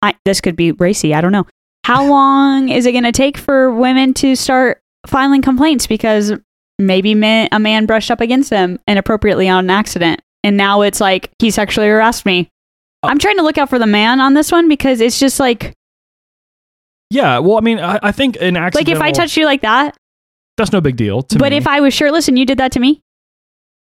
[SPEAKER 3] I this could be racy, I don't know. How long is it going to take for women to start filing complaints because maybe men, a man brushed up against them inappropriately on an accident and now it's like he sexually harassed me.
[SPEAKER 2] Oh.
[SPEAKER 3] I'm trying to look out for the man on this one because it's just like
[SPEAKER 2] Yeah. Well, I mean, I, I think an
[SPEAKER 3] like
[SPEAKER 2] accidental.
[SPEAKER 3] if I touched you like that,
[SPEAKER 2] that's no big deal. To
[SPEAKER 3] but
[SPEAKER 2] me.
[SPEAKER 3] if I was shirtless and you did that to me,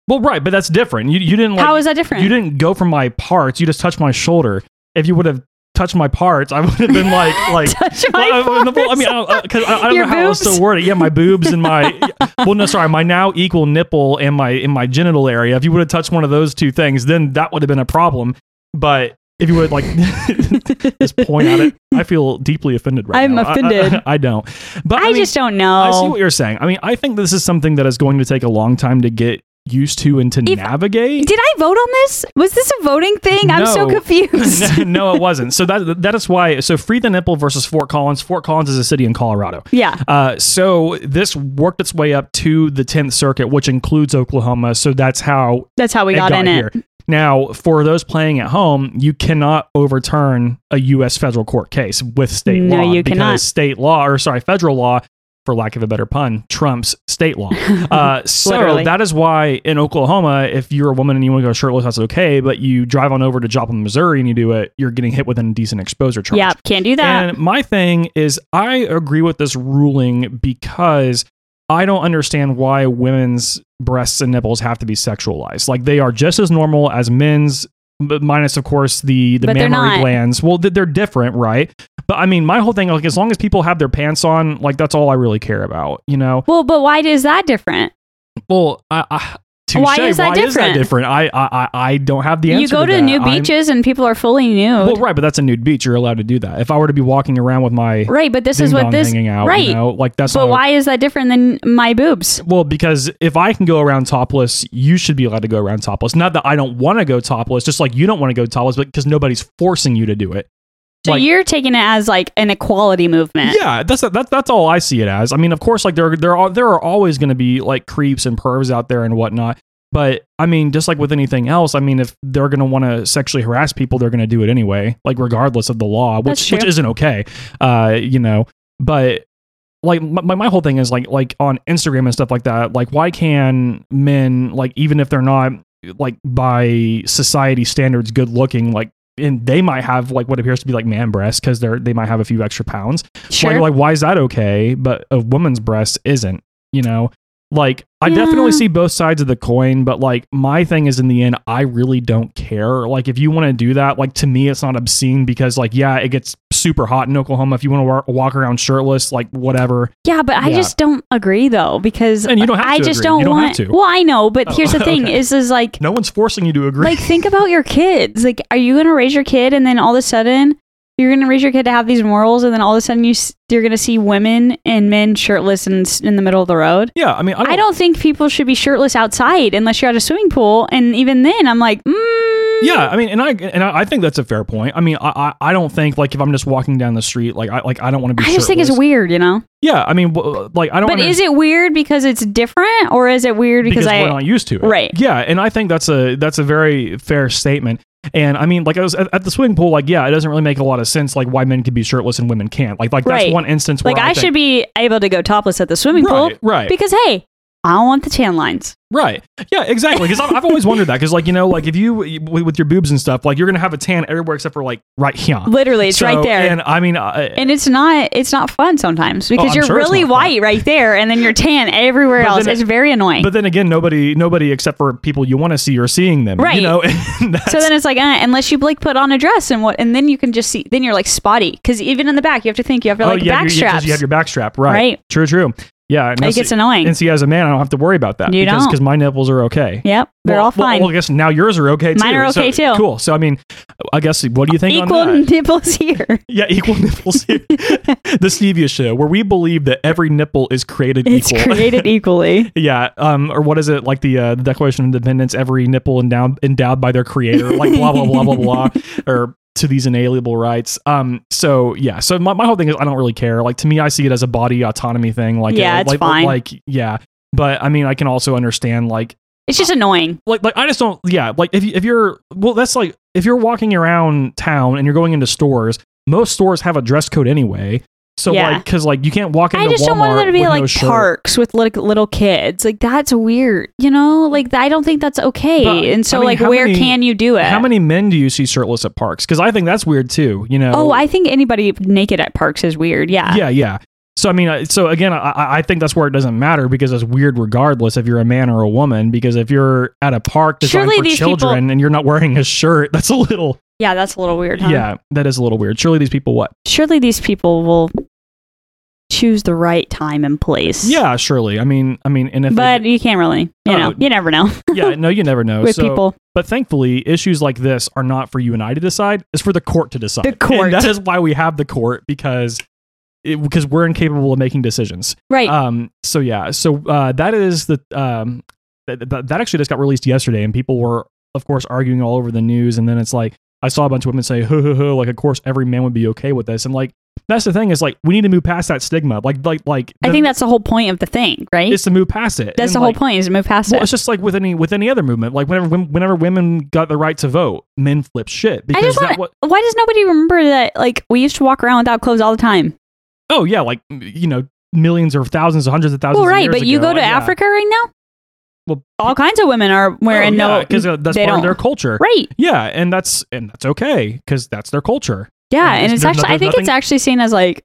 [SPEAKER 2] well, right, but that's different. You you didn't like
[SPEAKER 3] how is that different?
[SPEAKER 2] you didn't go for my parts. You just touched my shoulder. If you would have touched my parts, I would have been like like
[SPEAKER 3] touch my
[SPEAKER 2] Well, I, well, I mean,
[SPEAKER 3] parts.
[SPEAKER 2] I, because I, I don't
[SPEAKER 3] Your
[SPEAKER 2] know how else
[SPEAKER 3] boobs?
[SPEAKER 2] to word it. Yeah, my boobs and my well, no, sorry, my now equal nipple and my in my genital area. If you would have touched one of those two things, then that would have been a problem. But if you would like just point at it, I feel deeply offended right
[SPEAKER 3] I'm
[SPEAKER 2] now. I- I-
[SPEAKER 3] offended.
[SPEAKER 2] I, don't. But I,
[SPEAKER 3] I,
[SPEAKER 2] mean,
[SPEAKER 3] just don't know.
[SPEAKER 2] I see what you're saying. I mean, I think this is something that is going to take a long time to get used to and to
[SPEAKER 3] If-
[SPEAKER 2] navigate.
[SPEAKER 3] Did I vote on this? Was this a voting thing? I'm so
[SPEAKER 2] No.
[SPEAKER 3] confused.
[SPEAKER 2] no, it wasn't. So that that is why. So free the nipple versus Fort Collins. Fort Collins is a city in Colorado.
[SPEAKER 3] yeah.
[SPEAKER 2] Uh, so this worked its way up to the 10th Circuit, which includes Oklahoma. So that's how
[SPEAKER 3] That's how we
[SPEAKER 2] it
[SPEAKER 3] got, in it.
[SPEAKER 2] Now, for those playing at home, you cannot overturn a U.S. federal court case with state
[SPEAKER 3] No,
[SPEAKER 2] law
[SPEAKER 3] you
[SPEAKER 2] because
[SPEAKER 3] cannot.
[SPEAKER 2] state law, or sorry, federal law, for lack of a better pun, trumps state law. Uh, so
[SPEAKER 3] Literally.
[SPEAKER 2] that is why in Oklahoma, if you're a woman and you want to go shirtless, that's okay. But you drive on over to Joplin, Missouri, and you do it, you're getting hit with an indecent exposure charge.
[SPEAKER 3] Yeah, can't do that.
[SPEAKER 2] And my thing is, I agree with this ruling because I don't understand why women's breasts and nipples have to be sexualized. Like they are just as normal as men's, but minus, of course, the the
[SPEAKER 3] But they're
[SPEAKER 2] mammary
[SPEAKER 3] not.
[SPEAKER 2] glands. Well, th- they're different, right? But I mean, my whole thing, like, as long as people have their pants on, like that's all I really care about, you know?
[SPEAKER 3] well, but why is that different?
[SPEAKER 2] Well, I, I, touche,
[SPEAKER 3] Why is that different?
[SPEAKER 2] different? I, I, I- I don't have the answer.
[SPEAKER 3] You go to,
[SPEAKER 2] that.
[SPEAKER 3] new
[SPEAKER 2] I'm-
[SPEAKER 3] beaches and people are fully nude.
[SPEAKER 2] Well, right, but that's a nude beach. You're allowed to do that. If I were to be walking around with my
[SPEAKER 3] right, but this is what
[SPEAKER 2] ding-dong
[SPEAKER 3] this
[SPEAKER 2] hanging out,
[SPEAKER 3] right.
[SPEAKER 2] you know, like that's
[SPEAKER 3] but
[SPEAKER 2] not-
[SPEAKER 3] why is that different than my boobs?
[SPEAKER 2] Well, because if I can go around topless, you should be allowed to go around topless. Not that I don't want to go topless, just like you don't want to go topless, but because nobody's forcing you to do it.
[SPEAKER 3] So
[SPEAKER 2] Like-
[SPEAKER 3] you're taking it as like an equality movement.
[SPEAKER 2] Yeah, that's that, that's all I see it as. I mean, of course, like there there are there are always going to be like creeps and pervs out there and whatnot. But I mean, just like with anything else, I mean, if they're going to want to sexually harass people, they're going to do it anyway, like regardless of the law,
[SPEAKER 3] That's
[SPEAKER 2] which
[SPEAKER 3] true.
[SPEAKER 2] which isn't okay, uh, you know. But like my, my whole thing is like like on Instagram and stuff like that. Like, why can men like even if they're not like by society standards good looking like and they might have like what appears to be like man breasts because they're they might have a few extra pounds
[SPEAKER 3] Sure.
[SPEAKER 2] like, like, why is that okay, but a woman's breast isn't? You know, like I
[SPEAKER 3] Yeah.
[SPEAKER 2] definitely see both sides of the coin, but like my thing is in the end, I really don't care. Like, if you want to do that, like to me, it's not obscene because, like, yeah, it gets super hot in Oklahoma. If you want to wa- walk around shirtless, like whatever.
[SPEAKER 3] yeah, but I
[SPEAKER 2] Yeah.
[SPEAKER 3] just don't agree though because
[SPEAKER 2] And you don't have
[SPEAKER 3] I
[SPEAKER 2] to
[SPEAKER 3] just
[SPEAKER 2] agree.
[SPEAKER 3] don't
[SPEAKER 2] You don't have
[SPEAKER 3] want.
[SPEAKER 2] to.
[SPEAKER 3] Well, I know, but
[SPEAKER 2] Oh,
[SPEAKER 3] here's the thing:
[SPEAKER 2] okay.
[SPEAKER 3] is is like
[SPEAKER 2] No one's forcing you to agree.
[SPEAKER 3] like think about your kids like are you going to raise your kid and then all of a sudden you're going to raise your kid to have these morals and then all of a sudden you s- you're going to see women and men shirtless in, s- in the middle of the road
[SPEAKER 2] yeah, I mean, I don't.
[SPEAKER 3] I don't think people should be shirtless outside unless you're at a swimming pool and even then I'm like mm,
[SPEAKER 2] yeah, I mean, and I and I I think that's a fair point. I mean, I I, I don't think like if I'm just walking down the street, like I like I don't want to be.
[SPEAKER 3] I just think it's
[SPEAKER 2] shirtless.
[SPEAKER 3] weird you know
[SPEAKER 2] Yeah, I mean, w- like I don't.
[SPEAKER 3] but
[SPEAKER 2] under-
[SPEAKER 3] is it weird because it's different or is it weird because, I
[SPEAKER 2] we're not used to it.
[SPEAKER 3] Right.
[SPEAKER 2] Yeah, and I think that's a that's a very fair statement. And I mean, like I was at, at the swimming pool, like yeah, it doesn't really make a lot of sense, like why men can be shirtless and women can't. Like like that's
[SPEAKER 3] Right.
[SPEAKER 2] one instance where
[SPEAKER 3] like I,
[SPEAKER 2] I,
[SPEAKER 3] should be able to go topless at the swimming
[SPEAKER 2] think,
[SPEAKER 3] pool
[SPEAKER 2] right, right,
[SPEAKER 3] because hey I don't want the tan lines
[SPEAKER 2] right, yeah, exactly. Because I've, I've always wondered that because like you know like if you with, with your boobs and stuff, like you're gonna have a tan everywhere except for like right here.
[SPEAKER 3] literally it's
[SPEAKER 2] So,
[SPEAKER 3] right there
[SPEAKER 2] And I mean, I,
[SPEAKER 3] and it's not it's not fun sometimes because
[SPEAKER 2] Oh, I'm
[SPEAKER 3] you're
[SPEAKER 2] sure it's
[SPEAKER 3] really
[SPEAKER 2] not fun.
[SPEAKER 3] white right there and then you're tan everywhere
[SPEAKER 2] But
[SPEAKER 3] else
[SPEAKER 2] then-
[SPEAKER 3] it's very annoying
[SPEAKER 2] but then again, nobody nobody except for people you want to see are seeing them.
[SPEAKER 3] Right.
[SPEAKER 2] You know. And that's,
[SPEAKER 3] so then it's like uh, unless you like put on a dress and what and then you can just see then you're like spotty because even in the back you have to think you have to like
[SPEAKER 2] yeah,
[SPEAKER 3] back
[SPEAKER 2] Oh, you,
[SPEAKER 3] straps
[SPEAKER 2] you have your back strap, right?
[SPEAKER 3] Right.
[SPEAKER 2] True, true. Yeah, and
[SPEAKER 3] it
[SPEAKER 2] that's-
[SPEAKER 3] gets annoying
[SPEAKER 2] And see, as a man, I don't have to worry about that
[SPEAKER 3] You
[SPEAKER 2] because
[SPEAKER 3] don't.
[SPEAKER 2] because my nipples are okay.
[SPEAKER 3] yep they're
[SPEAKER 2] Well-
[SPEAKER 3] all fine
[SPEAKER 2] Well, well, I guess now yours are okay too.
[SPEAKER 3] Mine are
[SPEAKER 2] So,
[SPEAKER 3] okay, too.
[SPEAKER 2] Cool. So I mean, I guess what do you think
[SPEAKER 3] equal
[SPEAKER 2] on that?
[SPEAKER 3] nipples here
[SPEAKER 2] yeah, equal nipples. here. the Stevia show, where we believe that every nipple is created
[SPEAKER 3] it's
[SPEAKER 2] equal.
[SPEAKER 3] created equally
[SPEAKER 2] yeah. Um. Or what is it like the uh, the Declaration of Independence? Every nipple endowed endowed by their creator. Like blah blah blah blah blah. Or to these inalienable rights. Um. So yeah. So my, my whole thing is I don't really care. Like to me, I see it as a body autonomy thing. Like
[SPEAKER 3] Yeah,
[SPEAKER 2] uh,
[SPEAKER 3] it's
[SPEAKER 2] like,
[SPEAKER 3] fine.
[SPEAKER 2] Like yeah. But I mean, I can also understand like
[SPEAKER 3] it's just annoying
[SPEAKER 2] like like I just don't yeah like if you- if you're well that's like if you're walking around town and you're going into stores most stores have a dress code anyway so
[SPEAKER 3] Yeah.
[SPEAKER 2] like because like you can't walk into
[SPEAKER 3] I just
[SPEAKER 2] Walmart
[SPEAKER 3] don't want there to be
[SPEAKER 2] with
[SPEAKER 3] like
[SPEAKER 2] no shirt.
[SPEAKER 3] parks with like little kids. Like that's weird, you know. Like I don't think that's okay.
[SPEAKER 2] But,
[SPEAKER 3] and so,
[SPEAKER 2] I mean,
[SPEAKER 3] like,
[SPEAKER 2] how
[SPEAKER 3] where
[SPEAKER 2] many-
[SPEAKER 3] can you do it?
[SPEAKER 2] how many men do you see shirtless at parks because I think that's weird too you know
[SPEAKER 3] Oh, I think anybody naked at parks is weird. Yeah.
[SPEAKER 2] yeah yeah so I mean I- so again I- I I think that's where it doesn't matter because it's weird regardless if you're a man or a woman because if you're at a park designed
[SPEAKER 3] Surely
[SPEAKER 2] for
[SPEAKER 3] these
[SPEAKER 2] children
[SPEAKER 3] people-
[SPEAKER 2] and you're not wearing a shirt that's a little
[SPEAKER 3] Yeah, that's a little weird, huh?
[SPEAKER 2] yeah that is a little weird surely these people what
[SPEAKER 3] Surely these people will choose the right time and place.
[SPEAKER 2] yeah surely I mean I mean and if they-
[SPEAKER 3] But you can't really, you know,
[SPEAKER 2] Oh.
[SPEAKER 3] you never know
[SPEAKER 2] yeah, no, you never know.
[SPEAKER 3] with
[SPEAKER 2] so,
[SPEAKER 3] people.
[SPEAKER 2] But thankfully, issues like this are not for you and I to decide. It's for the court to decide.
[SPEAKER 3] The court.
[SPEAKER 2] And that is why we have the court because it, because we're incapable of making decisions.
[SPEAKER 3] Right.
[SPEAKER 2] Um. So yeah. So uh, that is the um that, that that actually just got released yesterday, and people were of course arguing all over the news, and then it's like I saw a bunch of women say, "Ho ho ho!" Like of course every man would be okay with this, and like that's the thing is like we need to move past that stigma. Like like like
[SPEAKER 3] I think that's the whole point of the thing, right?
[SPEAKER 2] it's to move past it.
[SPEAKER 3] that's
[SPEAKER 2] And,
[SPEAKER 3] the whole
[SPEAKER 2] like,
[SPEAKER 3] point is to move past
[SPEAKER 2] well,
[SPEAKER 3] it.
[SPEAKER 2] it's just like with any with any other movement. Like whenever wom- whenever women got the right to vote, men flipped shit
[SPEAKER 3] I
[SPEAKER 2] because
[SPEAKER 3] just
[SPEAKER 2] that
[SPEAKER 3] want.
[SPEAKER 2] what.
[SPEAKER 3] to Why does nobody remember that? Like we used to walk around without clothes all the time.
[SPEAKER 2] Oh yeah, like m- you know millions or thousands, or hundreds of thousands.
[SPEAKER 3] Well,
[SPEAKER 2] of
[SPEAKER 3] right,
[SPEAKER 2] years
[SPEAKER 3] but you
[SPEAKER 2] ago,
[SPEAKER 3] go to
[SPEAKER 2] like, yeah.
[SPEAKER 3] Africa right now.
[SPEAKER 2] Well,
[SPEAKER 3] All kinds of women are
[SPEAKER 2] Oh,
[SPEAKER 3] wearing no.
[SPEAKER 2] because uh, that's
[SPEAKER 3] they
[SPEAKER 2] part of
[SPEAKER 3] don't.
[SPEAKER 2] their culture.
[SPEAKER 3] Right.
[SPEAKER 2] Yeah, and that's and that's okay because that's their culture.
[SPEAKER 3] Yeah,
[SPEAKER 2] There's-
[SPEAKER 3] and it's
[SPEAKER 2] there's
[SPEAKER 3] actually. I
[SPEAKER 2] nothing-
[SPEAKER 3] think it's
[SPEAKER 2] nothing-
[SPEAKER 3] actually seen as like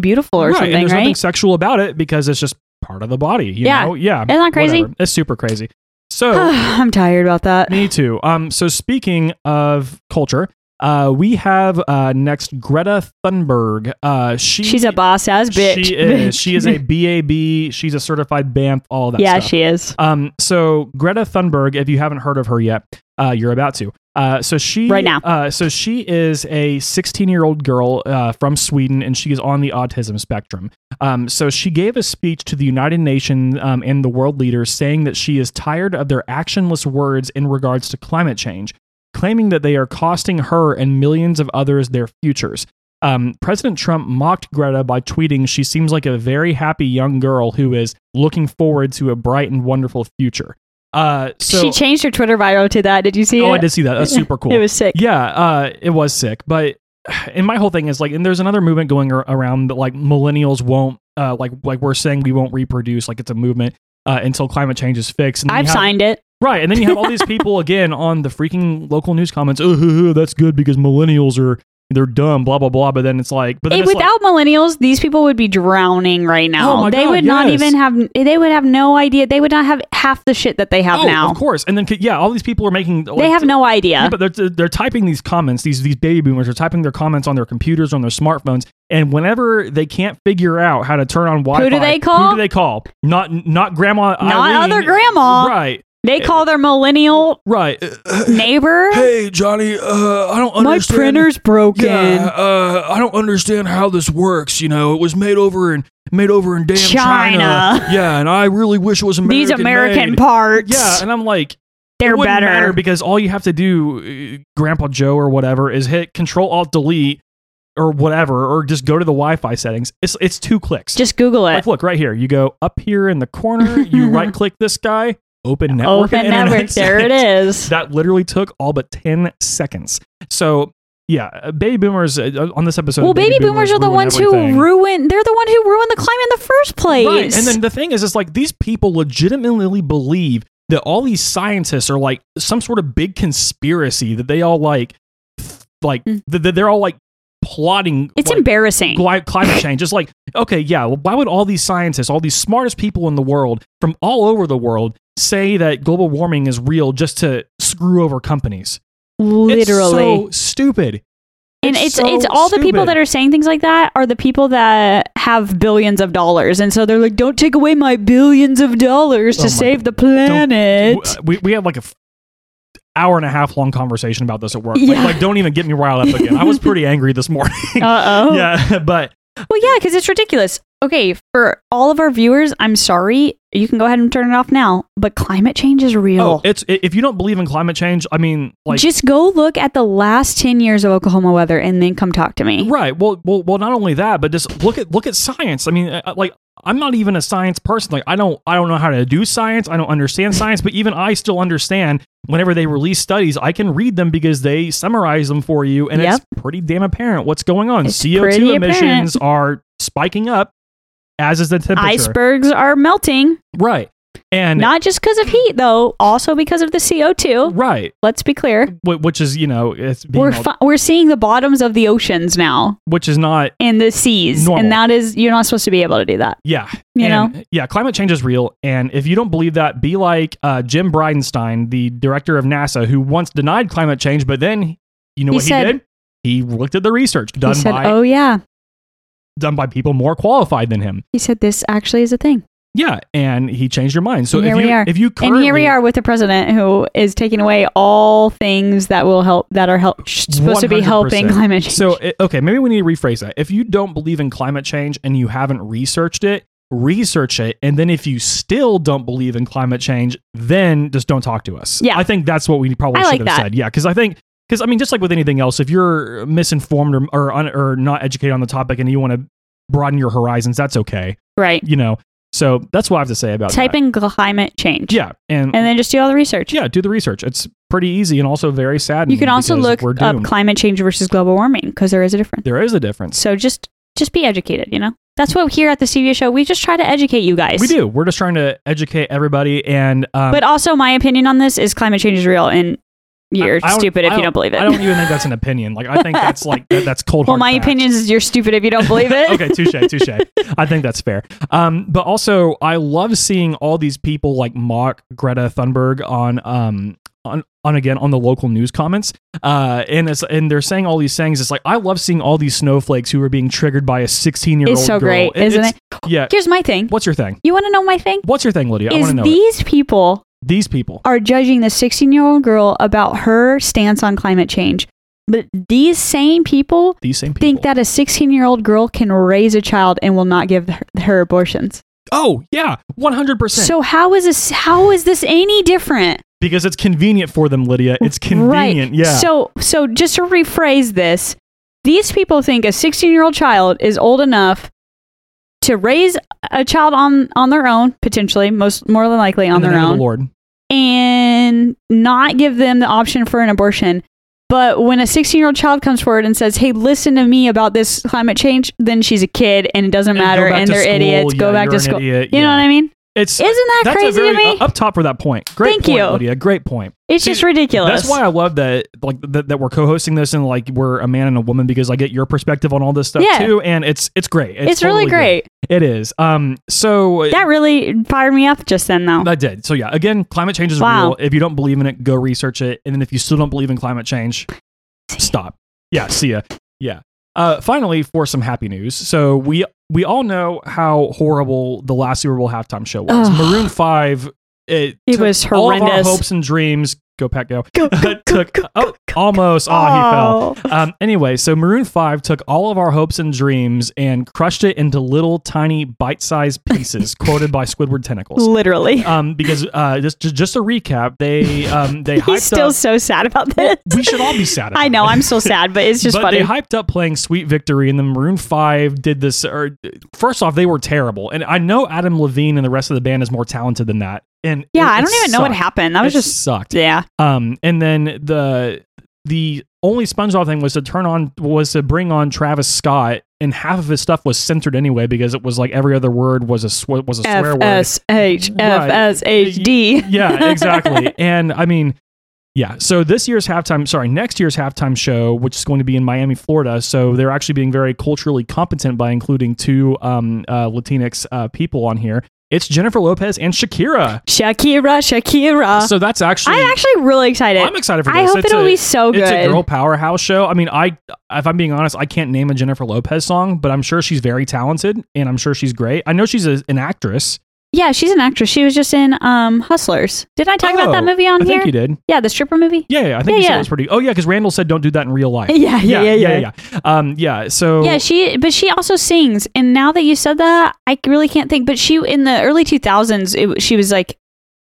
[SPEAKER 3] beautiful or
[SPEAKER 2] right, and
[SPEAKER 3] something,
[SPEAKER 2] there's nothing
[SPEAKER 3] right?
[SPEAKER 2] sexual about it because it's just part of the body. You
[SPEAKER 3] Yeah.
[SPEAKER 2] know? yeah.
[SPEAKER 3] Isn't that crazy?
[SPEAKER 2] Whatever. It's super crazy. So
[SPEAKER 3] I'm tired about that.
[SPEAKER 2] Me too. Um, so speaking of culture, Uh, we have uh, next Greta Thunberg. Uh, she
[SPEAKER 3] She's a boss ass bitch.
[SPEAKER 2] She is. She is a BAB. She's a certified BAMF. All that.
[SPEAKER 3] yeah,
[SPEAKER 2] stuff.
[SPEAKER 3] she is.
[SPEAKER 2] Um, so Greta Thunberg, if you haven't heard of her yet, uh, you're about to. Uh, so she
[SPEAKER 3] Right now.
[SPEAKER 2] Uh, so she is a 16 year old girl uh, from Sweden, and she is on the autism spectrum. Um, so she gave a speech to the United Nations um, and the world leaders, saying that she is tired of their actionless words in regards to climate change, claiming that they are costing her and millions of others their futures. Um, President Trump mocked Greta by tweeting, She seems like a very happy young girl who is looking forward to a bright and wonderful future. Uh, so,
[SPEAKER 3] she changed her Twitter bio to that. Did you see
[SPEAKER 2] oh, I
[SPEAKER 3] it?
[SPEAKER 2] did see that. That's super cool.
[SPEAKER 3] It was sick.
[SPEAKER 2] Yeah, uh, it was sick. But and my whole thing is like, and there's another movement going ar- around that like millennials won't uh, like like we're saying we won't reproduce. Like it's a movement uh, until climate change is fixed. And then you
[SPEAKER 3] I've
[SPEAKER 2] have-
[SPEAKER 3] signed it.
[SPEAKER 2] right, and then you have all these people again on the freaking local news comments. Oh, hoo, hoo, that's good because millennials are they're dumb. Blah blah blah. But then it's like, but then
[SPEAKER 3] Hey,
[SPEAKER 2] it's like-
[SPEAKER 3] without millennials, these people would be drowning right now.
[SPEAKER 2] Oh my
[SPEAKER 3] they
[SPEAKER 2] God,
[SPEAKER 3] would not
[SPEAKER 2] yes.
[SPEAKER 3] even have. They would have no idea. They would not have half the shit that they have
[SPEAKER 2] oh,
[SPEAKER 3] now.
[SPEAKER 2] of course. And then yeah, all these people are making
[SPEAKER 3] They have no idea.
[SPEAKER 2] Yeah, but they're- they're, they're typing these comments. These these baby boomers are typing their comments on their computers, on their smartphones, and whenever they can't figure out how to turn on Wi-Fi,
[SPEAKER 3] do they call?
[SPEAKER 2] Who do they call? Not not grandma.
[SPEAKER 3] Not
[SPEAKER 2] Eileen.
[SPEAKER 3] other grandma.
[SPEAKER 2] Right,
[SPEAKER 3] they call their millennial
[SPEAKER 2] right.
[SPEAKER 3] neighbor.
[SPEAKER 4] Hey, Johnny, uh, I don't understand.
[SPEAKER 3] my printer's broken.
[SPEAKER 4] Yeah, uh, I don't understand how this works. You know, it was made over in made over in damn China.
[SPEAKER 3] China.
[SPEAKER 4] Yeah, and I really wish it was American.
[SPEAKER 3] These American
[SPEAKER 4] made.
[SPEAKER 3] parts.
[SPEAKER 2] Yeah, and I'm like,
[SPEAKER 3] they're
[SPEAKER 2] it wouldn't
[SPEAKER 3] better.
[SPEAKER 2] matter because all you have to do, uh, Grandpa Joe or whatever, is hit Control Alt Delete or whatever, or just go to the Wi-Fi settings. It's it's two clicks.
[SPEAKER 3] Just Google it.
[SPEAKER 2] Like, look right here. You go up here in the corner. You right click this guy. Open network.
[SPEAKER 3] Open
[SPEAKER 2] and internet
[SPEAKER 3] network. There it
[SPEAKER 2] settings.
[SPEAKER 3] is.
[SPEAKER 2] That literally took all but ten seconds. So yeah, uh, baby boomers uh, on this episode.
[SPEAKER 3] Well, baby boomers are the
[SPEAKER 2] ruin
[SPEAKER 3] ones
[SPEAKER 2] everything.
[SPEAKER 3] who ruin. They're the one who ruined the climate in the first place.
[SPEAKER 2] Right. And then the thing is, it's like these people legitimately believe that all these scientists are like some sort of big conspiracy that they all like, th- like
[SPEAKER 3] Mm.
[SPEAKER 2] that that they're all like plotting.
[SPEAKER 3] it's
[SPEAKER 2] like,
[SPEAKER 3] embarrassing.
[SPEAKER 2] gli- climate change. It's like, okay, yeah, well, why would all these scientists, all these smartest people in the world from all over the world say that global warming is real just to screw over companies?
[SPEAKER 3] Literally.
[SPEAKER 2] It's so stupid.
[SPEAKER 3] and it's
[SPEAKER 2] It's
[SPEAKER 3] it's
[SPEAKER 2] so
[SPEAKER 3] all the people
[SPEAKER 2] stupid.
[SPEAKER 3] that are saying things like that are the people that have billions of dollars and so they're like don't take away my billions of dollars
[SPEAKER 2] Oh
[SPEAKER 3] to
[SPEAKER 2] my
[SPEAKER 3] save the planet
[SPEAKER 2] W- uh, We, we had like a f- hour and a half long conversation about this at work. Like-
[SPEAKER 3] Yeah.
[SPEAKER 2] Like, don't even get me riled up again. I was pretty angry this morning.
[SPEAKER 3] uh-oh
[SPEAKER 2] yeah, but
[SPEAKER 3] well yeah because it's ridiculous okay for all of our viewers i'm sorry you can go ahead and turn it off now but climate change is real
[SPEAKER 2] oh, it's i- if you don't believe in climate change, I mean, like,
[SPEAKER 3] just go look at the last 10 years of oklahoma weather and then come talk to me
[SPEAKER 2] right? Well, well, well, not only that, but just look at look at science. I mean, uh, like. I'm not even a science person. Like I don't I don't know how to do science. I don't understand science, but even I still understand whenever they release studies, I can read them because they summarize them for you and
[SPEAKER 3] Yep.
[SPEAKER 2] it's pretty damn apparent what's going on.
[SPEAKER 3] It's pretty
[SPEAKER 2] CO2
[SPEAKER 3] apparent.
[SPEAKER 2] emissions are spiking up as is the temperature.
[SPEAKER 3] icebergs are melting
[SPEAKER 2] Right. And
[SPEAKER 3] not just because of heat though also because of the co2
[SPEAKER 2] right,
[SPEAKER 3] let's be clear
[SPEAKER 2] Wh- which is you know it's being
[SPEAKER 3] we're
[SPEAKER 2] all-
[SPEAKER 3] fi- we're seeing the bottoms of the oceans now
[SPEAKER 2] which is not
[SPEAKER 3] and the seas,
[SPEAKER 2] Normal.
[SPEAKER 3] and that is you're not supposed to be able to do that.
[SPEAKER 2] yeah
[SPEAKER 3] You
[SPEAKER 2] And, yeah climate change is real and if you don't believe that be like uh, Jim Bridenstine the director of NASA who once denied climate change but then you know
[SPEAKER 3] He
[SPEAKER 2] what
[SPEAKER 3] said-
[SPEAKER 2] he did he looked at the research
[SPEAKER 3] He
[SPEAKER 2] done
[SPEAKER 3] said,
[SPEAKER 2] by
[SPEAKER 3] "Oh yeah,"
[SPEAKER 2] done by people more qualified than him
[SPEAKER 3] he said, "This actually is a thing."
[SPEAKER 2] yeah and he changed your mind so
[SPEAKER 3] And
[SPEAKER 2] if
[SPEAKER 3] here
[SPEAKER 2] you
[SPEAKER 3] we are.
[SPEAKER 2] if you currently,
[SPEAKER 3] and here we are with a president who is taking away all things that will help that are help sh- supposed to be helping
[SPEAKER 2] 100%.
[SPEAKER 3] climate change.
[SPEAKER 2] So, i- okay, maybe we need to rephrase that. If you don't believe in climate change and you haven't researched it, research it. And then if you still don't believe in climate change, then just don't talk to us.
[SPEAKER 3] Yeah.
[SPEAKER 2] I think that's what we probably
[SPEAKER 3] I
[SPEAKER 2] should
[SPEAKER 3] like
[SPEAKER 2] have
[SPEAKER 3] that.
[SPEAKER 2] said. Yeah. Cause I think, cause I mean, just like with anything else, if you're misinformed or, or, un, or not educated on the topic and you want to broaden your horizons, that's okay.
[SPEAKER 3] right,
[SPEAKER 2] You know? So that's what I have to say about
[SPEAKER 3] type
[SPEAKER 2] that.
[SPEAKER 3] in climate change,
[SPEAKER 2] Yeah. And,
[SPEAKER 3] and then just do all the research.
[SPEAKER 2] yeah, do the research. It's pretty easy and also very sad.
[SPEAKER 3] you can also look
[SPEAKER 2] we're
[SPEAKER 3] up
[SPEAKER 2] doomed.
[SPEAKER 3] climate change versus global warming because there is a difference.
[SPEAKER 2] there is a difference.
[SPEAKER 3] So just just be educated. You know, that's what here at the CVS show we just try to educate you guys.
[SPEAKER 2] We do. We're just trying to educate everybody, and um,
[SPEAKER 3] But also, my opinion on this is climate change is real, and you're
[SPEAKER 2] I- I
[SPEAKER 3] stupid if
[SPEAKER 2] I
[SPEAKER 3] you don't believe it.
[SPEAKER 2] I don't even think that's an opinion. Like I think that's like that- that's cold.
[SPEAKER 3] well,
[SPEAKER 2] hard
[SPEAKER 3] my
[SPEAKER 2] fact.
[SPEAKER 3] opinion is you're stupid if you don't believe it.
[SPEAKER 2] okay, touche, touche. I think that's fair. Um, but also, I love seeing all these people like mock Greta Thunberg on um on, on again on the local news comments, uh, and it's and they're saying all these things. It's like I love seeing all these snowflakes who are being triggered by a 16 year old.
[SPEAKER 3] It's so
[SPEAKER 2] girl.
[SPEAKER 3] great, isn't
[SPEAKER 2] it's- Yeah.
[SPEAKER 3] Here's my thing.
[SPEAKER 2] What's your thing?
[SPEAKER 3] You want to know my thing?
[SPEAKER 2] What's your thing, Lydia? I want
[SPEAKER 3] is
[SPEAKER 2] to know it.
[SPEAKER 3] these people
[SPEAKER 2] these people.
[SPEAKER 3] are judging the 16 year old girl about her stance on climate change. But these same people
[SPEAKER 2] These same people.
[SPEAKER 3] think that a 16 year old girl can raise a child and will not give her, her abortions.
[SPEAKER 2] oh yeah, 100. percent
[SPEAKER 3] So how is this? How is this any different?
[SPEAKER 2] Because it's convenient for them, Lydia. It's convenient.
[SPEAKER 3] Right.
[SPEAKER 2] Yeah.
[SPEAKER 3] So so just to rephrase this, these people think a 16 year old child is old enough to raise a child on on their own, potentially most more than likely on
[SPEAKER 2] In the
[SPEAKER 3] their
[SPEAKER 2] name of
[SPEAKER 3] own,
[SPEAKER 2] the Lord.
[SPEAKER 3] and not give them the option for an abortion. But when a 16 year old child comes forward and says, Hey, listen to me about this climate change, then she's a kid and it doesn't
[SPEAKER 2] And go
[SPEAKER 3] matter
[SPEAKER 2] back
[SPEAKER 3] and
[SPEAKER 2] to
[SPEAKER 3] they're
[SPEAKER 2] school.
[SPEAKER 3] idiots.
[SPEAKER 2] Yeah,
[SPEAKER 3] go back
[SPEAKER 2] you're
[SPEAKER 3] to
[SPEAKER 2] an
[SPEAKER 3] school.
[SPEAKER 2] idiot.
[SPEAKER 3] You know
[SPEAKER 2] Yeah.
[SPEAKER 3] what I mean?
[SPEAKER 2] It's
[SPEAKER 3] Isn't that
[SPEAKER 2] that's
[SPEAKER 3] crazy
[SPEAKER 2] a very,
[SPEAKER 3] to me?
[SPEAKER 2] uh, Up top for that point. Great
[SPEAKER 3] Thank
[SPEAKER 2] point,
[SPEAKER 3] you.
[SPEAKER 2] Lydia. Great point.
[SPEAKER 3] it's just
[SPEAKER 2] dude,
[SPEAKER 3] ridiculous.
[SPEAKER 2] That's why I love that, like that, that we're co-hosting this and like we're a man and a woman because I get your perspective on all this stuff
[SPEAKER 3] Yeah.
[SPEAKER 2] too, and it's it's great.
[SPEAKER 3] it's, really
[SPEAKER 2] totally
[SPEAKER 3] great.
[SPEAKER 2] It is. Um. So
[SPEAKER 3] That really fired me up just then, though.
[SPEAKER 2] that did. So yeah. Again, climate change is
[SPEAKER 3] Wow.
[SPEAKER 2] real. If you don't believe in it, go research it, and then if you still don't believe in climate change, stop. Yeah. See ya. Yeah. Uh. Finally, for some happy news. So we we all know how horrible the last Super Bowl halftime show was.
[SPEAKER 3] Ugh.
[SPEAKER 2] Maroon Five. It,
[SPEAKER 3] It
[SPEAKER 2] took
[SPEAKER 3] was
[SPEAKER 2] All of our
[SPEAKER 3] horrendous.
[SPEAKER 2] hopes and dreams. Go pack. Go.
[SPEAKER 3] Go, go,
[SPEAKER 2] It took
[SPEAKER 3] go, go,
[SPEAKER 2] oh, almost. Ah, he fell.
[SPEAKER 3] Oh.
[SPEAKER 2] Um, anyway, so Maroon 5 took all of our hopes and dreams and crushed it into little tiny bite sized pieces, quoted by Squidward Tentacles.
[SPEAKER 3] Literally.
[SPEAKER 2] Um, because uh, just, just just a recap, they um, they hyped
[SPEAKER 3] He's still
[SPEAKER 2] up.
[SPEAKER 3] so sad about this.
[SPEAKER 2] we should all be sad. About
[SPEAKER 3] I know.
[SPEAKER 2] it.
[SPEAKER 3] I'm still sad, but it's just
[SPEAKER 2] but
[SPEAKER 3] funny.
[SPEAKER 2] they hyped up playing "Sweet Victory," and then Maroon Five did this. Or first off, they were terrible, and I know Adam Levine and the rest of the band is more talented than that. And it-
[SPEAKER 3] yeah, I
[SPEAKER 2] it
[SPEAKER 3] don't even know what
[SPEAKER 2] sucked.
[SPEAKER 3] happened. That was
[SPEAKER 2] It
[SPEAKER 3] just,
[SPEAKER 2] sucked.
[SPEAKER 3] yeah.
[SPEAKER 2] Um, and then the the only SpongeBob thing was to turn on was to bring on Travis Scott, and half of his stuff was censored anyway because it was like every other word was a sw- was a swear
[SPEAKER 3] F
[SPEAKER 2] word.
[SPEAKER 3] S H F
[SPEAKER 2] Right.
[SPEAKER 3] S H D.
[SPEAKER 2] yeah, exactly. and I mean, yeah. So this year's halftime, sorry, next year's halftime show, which is going to be in Miami, Florida. So they're actually being very culturally competent by including two um, uh, Latinx uh, people on here. It's Jennifer Lopez and Shakira.
[SPEAKER 3] Shakira, Shakira.
[SPEAKER 2] so that's actually
[SPEAKER 3] I'm Uh, actually really excited.
[SPEAKER 2] I'm excited for this.
[SPEAKER 3] I hope
[SPEAKER 2] It's
[SPEAKER 3] it'll
[SPEAKER 2] a-
[SPEAKER 3] be so good.
[SPEAKER 2] It's a girl powerhouse show. I mean, I if I'm being honest, I can't name a Jennifer Lopez song, but I'm sure she's very talented and I'm sure she's great. I know she's a, an actress.
[SPEAKER 3] yeah, she's an actress. She was just in um, Hustlers. Didn't I talk about that
[SPEAKER 2] Oh,
[SPEAKER 3] movie on
[SPEAKER 2] I
[SPEAKER 3] here?
[SPEAKER 2] think you did.
[SPEAKER 3] Yeah, the stripper movie.
[SPEAKER 2] Yeah, yeah I think
[SPEAKER 3] Yeah,
[SPEAKER 2] you said
[SPEAKER 3] yeah.
[SPEAKER 2] it was pretty. Oh yeah, because Randall said don't do that in real life.
[SPEAKER 3] Yeah, yeah, yeah, yeah.
[SPEAKER 2] yeah. yeah. Um, yeah. So
[SPEAKER 3] Yeah, she but she also sings. And now that you said that, I really can't think. But she in the early 2000s, it, she was like